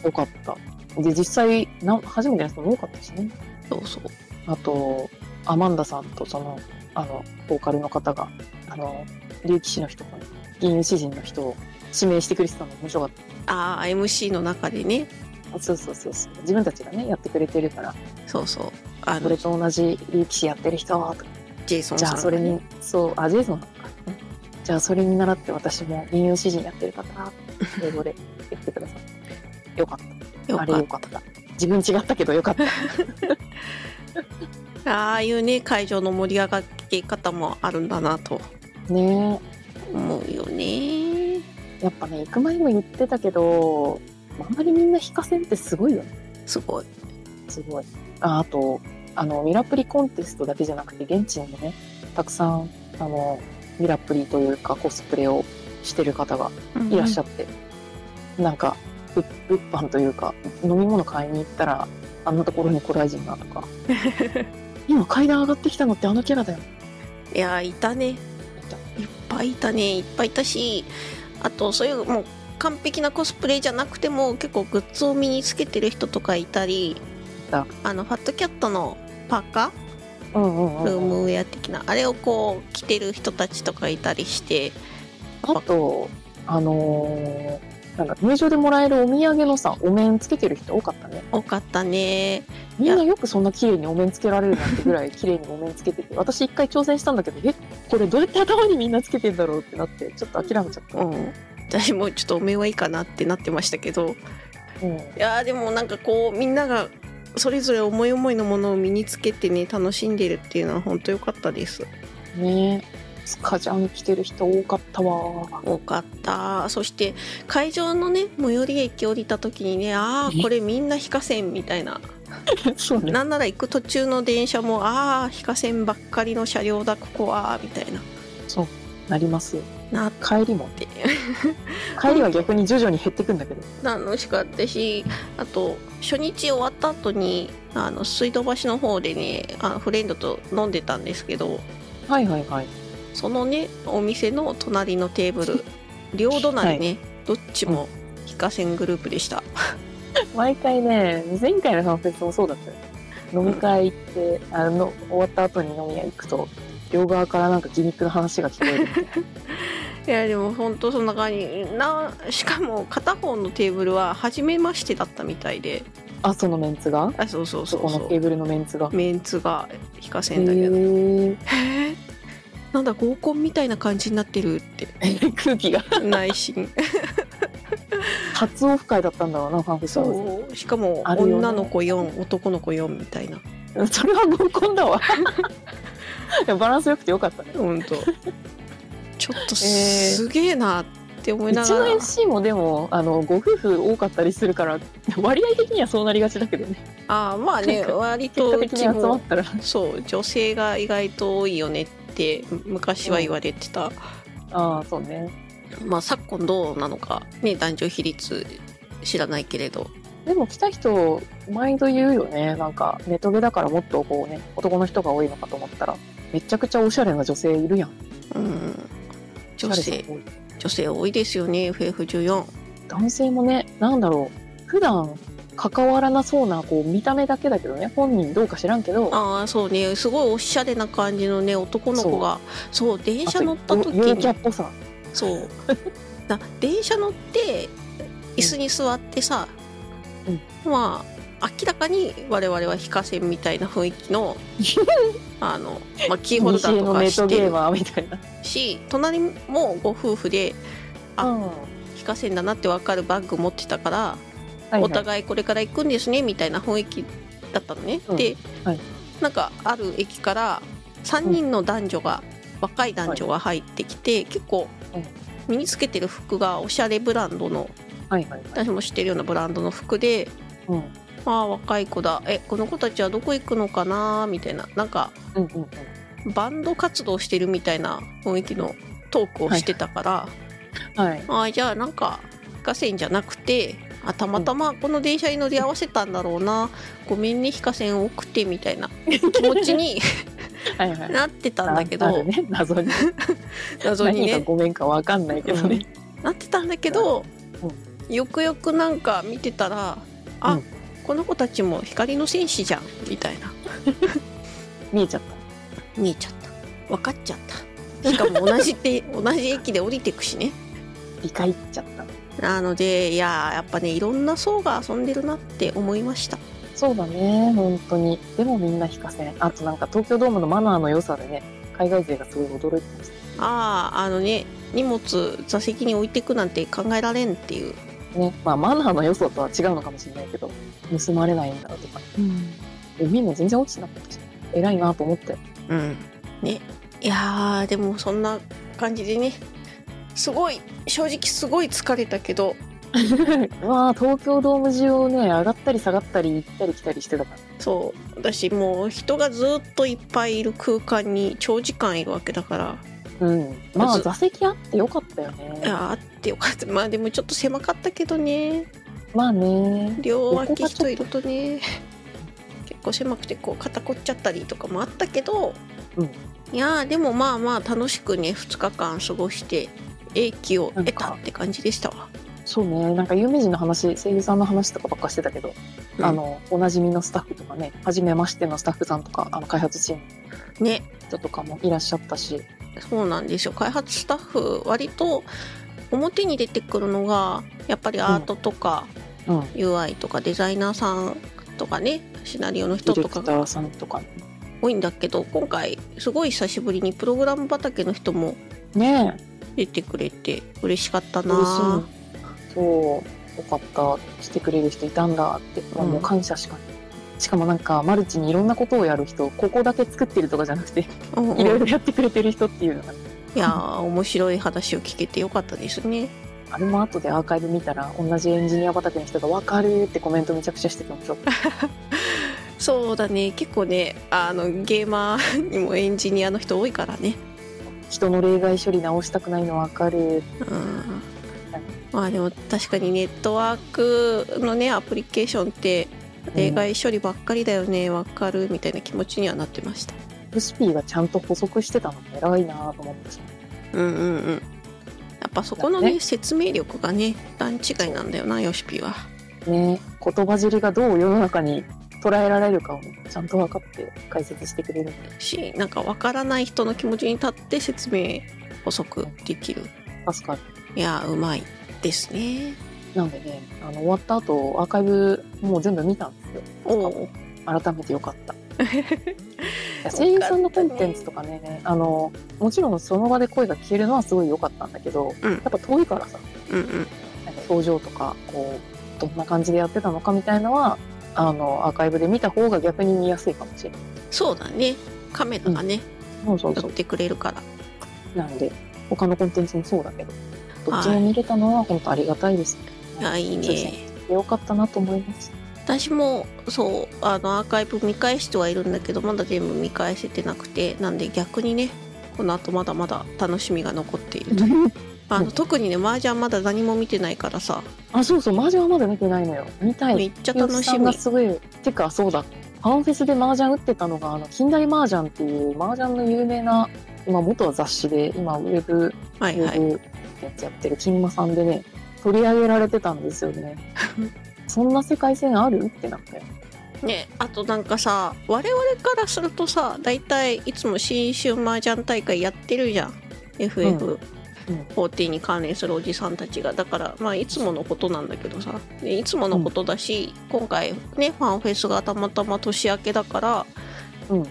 Speaker 2: 多かったで実際な初めての人も多かったしね
Speaker 1: そうそう
Speaker 2: あとアマンダさんとそのあのボーカルの方があの竜騎士の人かな銀融詩人の人を指名してくれてたの面白かっ
Speaker 1: ああ MC の中でね
Speaker 2: たあそうそうそうそう自分たちがねやってくれてるから
Speaker 1: そうそうあ
Speaker 2: 俺
Speaker 1: の
Speaker 2: と同じ竜騎士やってる人とか
Speaker 1: ジェイソン
Speaker 2: じ
Speaker 1: さん
Speaker 2: ゃ
Speaker 1: がね
Speaker 2: あそれにそうあジェイソンなのかじゃあそれに習って私も民謡詩人やってる方英語で言ってくださいよかった
Speaker 1: よか
Speaker 2: あ
Speaker 1: っ
Speaker 2: れよかった自分違ったけどよ かった
Speaker 1: たああいうね会場の盛り上がり方もあるんだなと
Speaker 2: ね
Speaker 1: 思うよね
Speaker 2: えやっぱね行く前も言ってたけどあんまりみんな引かせんってすごいよね
Speaker 1: すごい
Speaker 2: すごいああとあのミラプリコンテストだけじゃなくて現地にもねたくさんあのミラプリというかコスプレをしてる方がいらっしゃ
Speaker 1: っ
Speaker 2: って、なんか物物販というか飲み物買いに行ったらあんなところにコラージンがと か今階段上がってきたのってあのキャラだよ
Speaker 1: いやいたねいっぱいいたねいっぱいいたしあとそういうもう完璧なコスプレじゃなくても結構グッズを身につけてる人とかいたり
Speaker 2: た
Speaker 1: あのファットキャットのパーカ
Speaker 2: うんうん
Speaker 1: ールー
Speaker 2: うん、
Speaker 1: ムウェア的なあれをこう着てる人たちとかいたりして
Speaker 2: あとあのーなんか入場でもらえるお土産のさお面つけてる人多かったね
Speaker 1: 多かったね
Speaker 2: みんなよくそんな綺麗にお面つけられるなんてぐらい綺麗にお面つけてて私一回挑戦したんだけどえこれどうやって頭にみんなつけてんだろうってなってちょっと諦めちゃった、
Speaker 1: うん私もちょっとお面はいいかなってなってましたけど
Speaker 2: うん
Speaker 1: いやーでもなんかこうみんながそれぞれ思い思いのものを身につけてね楽しんでるっていうのは本当良かったです
Speaker 2: ねえスカジャン着てる人多かったわ
Speaker 1: 多かったそして会場のね最寄り駅降りた時にねああこれみんな非河川みたいな
Speaker 2: そう
Speaker 1: なんなら行く途中の電車もああ非河川ばっかりの車両だここはみたいな
Speaker 2: そうなりますよ
Speaker 1: なっ
Speaker 2: 帰りも
Speaker 1: て
Speaker 2: 帰りは逆に徐々に減ってくんだけど
Speaker 1: 楽しかったしあと初日終わった後にあの水道橋の方でねあのフレンドと飲んでたんですけど
Speaker 2: はいはいはい
Speaker 1: そのねお店の隣のテーブ ル両隣ね、どっちも非河川グループでした
Speaker 2: 毎回ね前回のサンフェスもそうだったよ飲み会行って、あの終わった後に飲み屋行くと両側からなんかギミックの話が聞こえる
Speaker 1: いやでも本当そんな感じなしかも片方のテーブルは初めましてだったみたいで
Speaker 2: あそのメンツが
Speaker 1: あそうそうそ
Speaker 2: そうこ
Speaker 1: そ
Speaker 2: のテ
Speaker 1: う
Speaker 2: ーブルのメンツが
Speaker 1: メンツが非河
Speaker 2: へ
Speaker 1: 川だけど
Speaker 2: ー
Speaker 1: へえなんだ合コンみたいな感じになってるって
Speaker 2: 空気が
Speaker 1: 内心
Speaker 2: 初オフ会だったんだろうなファンフェスは
Speaker 1: そうしかも
Speaker 2: あるよね
Speaker 1: 女の子4男の子4みたいな
Speaker 2: それは合コン だわいやバランスよくてよかったね
Speaker 1: 本当 ちょっと
Speaker 2: えー
Speaker 1: すげえなって思
Speaker 2: う
Speaker 1: い
Speaker 2: ち
Speaker 1: ながら、
Speaker 2: の SC もでもあのご夫婦多かったりするから割合的にはそうなりがちだけどね
Speaker 1: あーまあね
Speaker 2: なんか
Speaker 1: 割
Speaker 2: 結
Speaker 1: と
Speaker 2: 果
Speaker 1: う
Speaker 2: 的に
Speaker 1: ち
Speaker 2: 集まっ
Speaker 1: も
Speaker 2: たら
Speaker 1: そう女性が意外と多いよねって昔は言われてた、
Speaker 2: ああそうね
Speaker 1: まあ昨今どうなのかね男女比率知らないけれど
Speaker 2: でも来た人毎度言うよねなんかネトゲだからもっとこうね男の人が多いのかと思ったらめちゃくちゃおしゃれな女性いるやん
Speaker 1: うん女
Speaker 2: おしゃれ
Speaker 1: 性
Speaker 2: さん多い
Speaker 1: 女性多いですよね FF14
Speaker 2: 男性もねなんだろう普段関わらなそうなこう見た目だけだけどね本人どうか知らんけど
Speaker 1: ああそうねすごいおしゃれな感じのね男の子がそう電車乗った
Speaker 2: あ
Speaker 1: 時
Speaker 2: と陽キャ
Speaker 1: に
Speaker 2: っぽさ
Speaker 1: そうな電車乗って椅子に座ってさ、まあ明らかに我々は非河川みたいな雰囲気のあの、まあ、キーホルダー
Speaker 2: 西へ
Speaker 1: と
Speaker 2: の
Speaker 1: か
Speaker 2: ネト
Speaker 1: して
Speaker 2: ゲー
Speaker 1: る
Speaker 2: マーみたいな
Speaker 1: し隣もご夫婦であ
Speaker 2: うんはい
Speaker 1: 非河川だなって分かるバッグ持ってたから、
Speaker 2: はい
Speaker 1: お互いこれから行くんですねみたいな雰囲気だったのね、
Speaker 2: うん
Speaker 1: で、
Speaker 2: はい
Speaker 1: なんかある駅から3人の男女が、若い男女が入ってきて、結構
Speaker 2: うん
Speaker 1: 身につけてる服がおしゃれブランドの
Speaker 2: はいはいはい
Speaker 1: 私も知ってるようなブランドの服で
Speaker 2: うんうん
Speaker 1: まあ若い子だえこの子たちはどこ行くのかなみたいななんか
Speaker 2: うんうん
Speaker 1: バンド活動してるみたいな雰囲気のトークをしてたから、
Speaker 2: はい
Speaker 1: あーじゃあなんか非河川じゃなくてあたまたまこの電車に乗り合わせたんだろうな、ごめんね非河川多くてみたい な気持ちに
Speaker 2: はいはい
Speaker 1: なってたんだけ
Speaker 2: あ
Speaker 1: ど、
Speaker 2: るね、謎に
Speaker 1: 謎に
Speaker 2: 何が
Speaker 1: ね
Speaker 2: ごめんかわかんないけどね、
Speaker 1: なってたんだけど、よくよくなんか見てたらあ、
Speaker 2: うん
Speaker 1: この子たちも光の戦士じゃんみたいな
Speaker 2: 見えちゃっ
Speaker 1: 見えちゃった分かっちゃ ったしかも同じで同じ駅で降りてくしね
Speaker 2: た理解っちゃった
Speaker 1: なのでいやーやっぱねいろんな層が遊んでるなって思いました
Speaker 2: そうだね本当にでもみんな非河川あとなんか東京ドームのマナーの良さでね海外勢がすごい驚いてまし
Speaker 1: あああのね荷物座席に置いてくなんて考えられんっていう
Speaker 2: たねまあマナーの良さとは違うのかもしれないけど盗まれないんだとか、うん、みんな全然落ちてなかったし偉いなと思って
Speaker 1: うんねいやーでもそんな感じでねすごい正直すごい疲れたけど
Speaker 2: うわあ東京ドーム中をね上がったり下がったり行ったり来たりしてたから
Speaker 1: そう私もう人がずっといっぱいいる空間に長時間いるわけだから
Speaker 2: うんまあ
Speaker 1: ず
Speaker 2: 座席あってよかったよね
Speaker 1: いやーあってよかったまあでもちょっと狭かったけどね
Speaker 2: まあね
Speaker 1: 両脇人いるとね結構狭くてこう肩こっちゃったりとかもあったけど、
Speaker 2: うん
Speaker 1: いやーでもまあまあ楽しくね2日間過ごして英気を得たって感じでしたわ
Speaker 2: そうねなんか有名人の話声優さんの話とかばっかしてたけど、
Speaker 1: うん
Speaker 2: あのおなじみのスタッフとかね初めましてのスタッフさんとかあの開発チーム
Speaker 1: ね
Speaker 2: の人とかもいらっしゃったし
Speaker 1: そうなんですよ開発スタッフ割と表に出てくるのがやっぱりアートとか
Speaker 2: うん。
Speaker 1: UI とかデザイナーさんとかねシナリオの
Speaker 2: デ
Speaker 1: 人
Speaker 2: ィレ
Speaker 1: と
Speaker 2: クタ
Speaker 1: かが
Speaker 2: ーさんとかね。
Speaker 1: 多いんだけど今回すごい久しぶりにプログラム畑の人も
Speaker 2: ね
Speaker 1: 出てくれて嬉しかった
Speaker 2: え。嬉しい
Speaker 1: な。
Speaker 2: そう。よかった。来てくれる人いたんだって。まあ、
Speaker 1: うん
Speaker 2: もう感謝しかない。しかもなんかマルチにいろんなことをやる人ここだけ作ってるとかじゃなくて
Speaker 1: うんうん
Speaker 2: いろいろやってくれてる人っていうのが
Speaker 1: いやー面白い話を聞けてよかったですね。
Speaker 2: あれも後でアーカイブ見たら同じエンジニア畑の人が「分かる」ってコメントめちゃくちゃしてたのちょっと
Speaker 1: そうだね結構ねあのゲーマーにもエンジニアの人多いからね。
Speaker 2: 人の例外処理直したくないの分かる
Speaker 1: うんまあでも確かにネットワークのねアプリケーションって例外処理ばっかりだよねわかるみたいな気持ちにはなってました。
Speaker 2: フスピーがちゃんと補足してたの偉いなと思ったし
Speaker 1: うんうんうん。やっぱそこの
Speaker 2: だ
Speaker 1: ね
Speaker 2: ね
Speaker 1: 説明力がね段違いなんだよなヨシピーは。
Speaker 2: ね言葉尻がどう世の中に捉えられるかをねちゃんと分かって解説してくれるんで
Speaker 1: しなんかわからない人の気持ちに立って説明補足できる。
Speaker 2: 助かる
Speaker 1: いやーうまいですね。
Speaker 2: なんでねあの終わった後アーカイブもう全部見たんですよ
Speaker 1: おお。
Speaker 2: 改めてよかった いや声優さんのコンテンツとかねあのもちろんその場で声が消えるのはすごい良かったんだけど、
Speaker 1: うん
Speaker 2: やっぱ遠いからさ
Speaker 1: うんうん。
Speaker 2: なんか表情とかこうどんな感じでやってたのかみたいのはあのアーカイブで見た方が逆に見やすいかもしれない
Speaker 1: そうだね。カメラがね、
Speaker 2: そうそう
Speaker 1: や
Speaker 2: そ
Speaker 1: っ
Speaker 2: う
Speaker 1: てくれるから。
Speaker 2: なんで他のコンテンツもそうだけどどっちも見れたのは本当ありがたいです、
Speaker 1: いやいい
Speaker 2: そうです
Speaker 1: ね
Speaker 2: ね。よかったなと思います
Speaker 1: 私もそうあのアーカイブ見返してはいるんだけどまだ全部見返せてなくてなんで逆にねこの後まだまだ楽しみが残っているとあの特にね麻雀まだ何も見てないからさ
Speaker 2: あそうそう麻雀はまだ見てないのよ見たい
Speaker 1: めっちゃ楽
Speaker 2: ゆう
Speaker 1: し
Speaker 2: きさん
Speaker 1: み
Speaker 2: がすごいてかそうだファンフェスで麻雀打ってたのがあの近代麻雀っていう麻雀の有名な今元は雑誌で今ウェブ
Speaker 1: は
Speaker 2: ウ
Speaker 1: いはい
Speaker 2: ェブやつやってる金馬さんでね取り上げられてたんです よねそんな世界線あるってなったよ
Speaker 1: ねあとなんかさ我々からするとさ大体いつも新春麻雀大会やってるじゃん FF、
Speaker 2: うん
Speaker 1: 14に関連するおじさんたちがだからまあいつものことなんだけどさでいつものことだし、今回ねファンフェスがたまたま年明けだから
Speaker 2: うん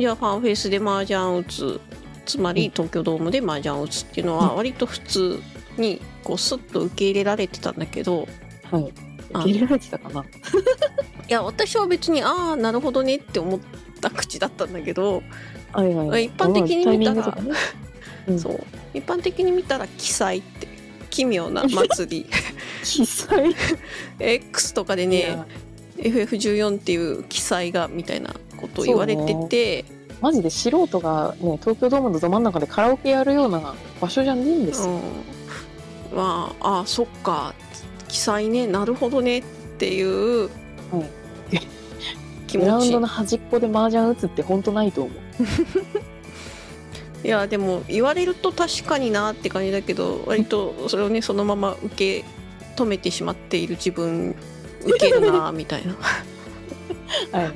Speaker 1: じゃあファンフェスで麻雀打つつま
Speaker 2: う
Speaker 1: り
Speaker 2: ん
Speaker 1: 東京ドームで麻雀打つっていうのは割と普通にこうスッと受け入れられてたんだけど
Speaker 2: はい
Speaker 1: あ
Speaker 2: 受け入れられてたかない
Speaker 1: や私は別にああなるほどねって思った口だったんだけど、
Speaker 2: はいはいはい
Speaker 1: 一般的に見たら
Speaker 2: タイミングとかねうん
Speaker 1: そう一般的に見たら「奇祭」って奇妙な 祭り
Speaker 2: 被災
Speaker 1: X とか で
Speaker 2: い
Speaker 1: ね
Speaker 2: や
Speaker 1: FF14 っていう奇祭がみたいなことを言われてて
Speaker 2: マジで素人がね東京ドームのど真ん中でカラオケやるような場所じゃねえんですよ、
Speaker 1: うん、まああそっか記載ねなるほどねっていう
Speaker 2: はい
Speaker 1: 気
Speaker 2: グラ
Speaker 1: 持
Speaker 2: ウン
Speaker 1: ち、
Speaker 2: ドの端っこで麻雀打つって本当ないと思う
Speaker 1: い、やでも言われると確かになって感じだけど割とそれをねそのまま受け止めてしまっている自分受けるなみた いな
Speaker 2: はい、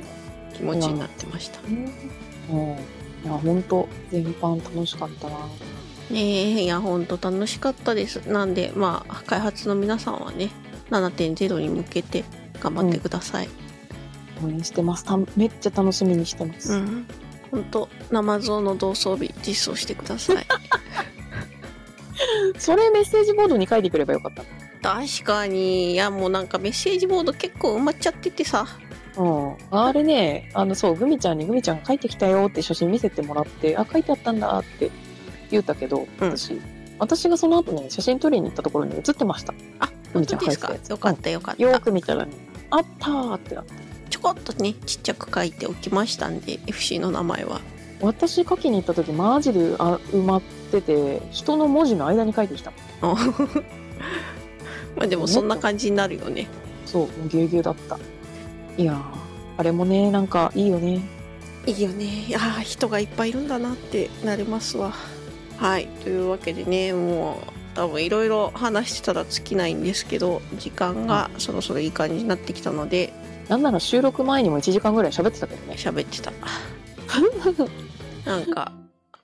Speaker 1: 気持ちになってました
Speaker 2: うん、いや本当全般楽しかったな
Speaker 1: ねえいやほんと楽しかったですなんでまあ開発の皆さんはね7.0に向けて頑張ってください、
Speaker 2: 応援してますためっちゃ楽しみにしてます、
Speaker 1: うん、本当生像の同装備実装してくださ い
Speaker 2: それメッセージボードに書いてくればよかった
Speaker 1: 確かにいやもうなんかメッセージボード結構埋まっちゃっててさ
Speaker 2: うん、あれねあのそうグミちゃんにグミちゃんが書いてきたよって写真見せてもらってあ書いてあったんだって言ったけど
Speaker 1: うん
Speaker 2: 私、私がその後ね写真撮りに行ったところに写ってました
Speaker 1: あ
Speaker 2: グ
Speaker 1: 本
Speaker 2: ミち
Speaker 1: 当
Speaker 2: ゃん
Speaker 1: で
Speaker 2: 書い
Speaker 1: す
Speaker 2: てた
Speaker 1: か
Speaker 2: やつ
Speaker 1: よかったよかっ
Speaker 2: よー
Speaker 1: た
Speaker 2: く見たらねあったーってなって
Speaker 1: ちょこっとねちっちゃく書いておきましたんで FC の名前は
Speaker 2: 私書きに行った時マジであ埋まってて人の文字の間に書いてきた
Speaker 1: あまあでもそんな感じになるよね
Speaker 2: そうもうぎゅうぎゅうだったいやーあれもねなんかいいよね
Speaker 1: いいよねああ人がいっぱいいるんだなってなりますわはいというわけでねもう多分いろいろ話してたら尽きないんですけど時間がそろそろいい感じになってきたので
Speaker 2: なんなら収録前にも1時間ぐらい喋ってたけど ね
Speaker 1: 喋ってた なんか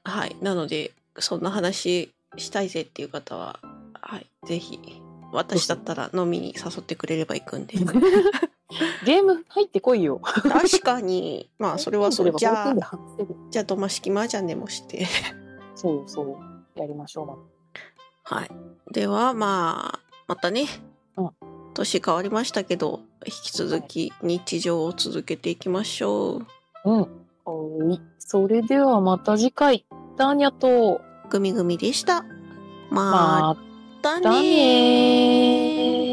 Speaker 1: はいなのでそんな話したいぜっていう方ははい。ぜひ、私だったら飲みに誘ってくれれば行くんで。
Speaker 2: ゲーム入ってこいよ。
Speaker 1: 確かに。 まあ、それはそれ。じゃあ、
Speaker 2: あ。
Speaker 1: じゃあ、どましき麻雀でもして。
Speaker 2: そうよそうよ。やりましょうま
Speaker 1: はい。では、まあ、またね
Speaker 2: うん。
Speaker 1: 年変わりましたけど、引き続き日常を続けていきましょう。
Speaker 2: た。うん。おい。それではまた次回。ダーニャと、
Speaker 1: グミグミでした。ま
Speaker 2: ま
Speaker 1: たね
Speaker 2: たね
Speaker 1: ー
Speaker 2: ー。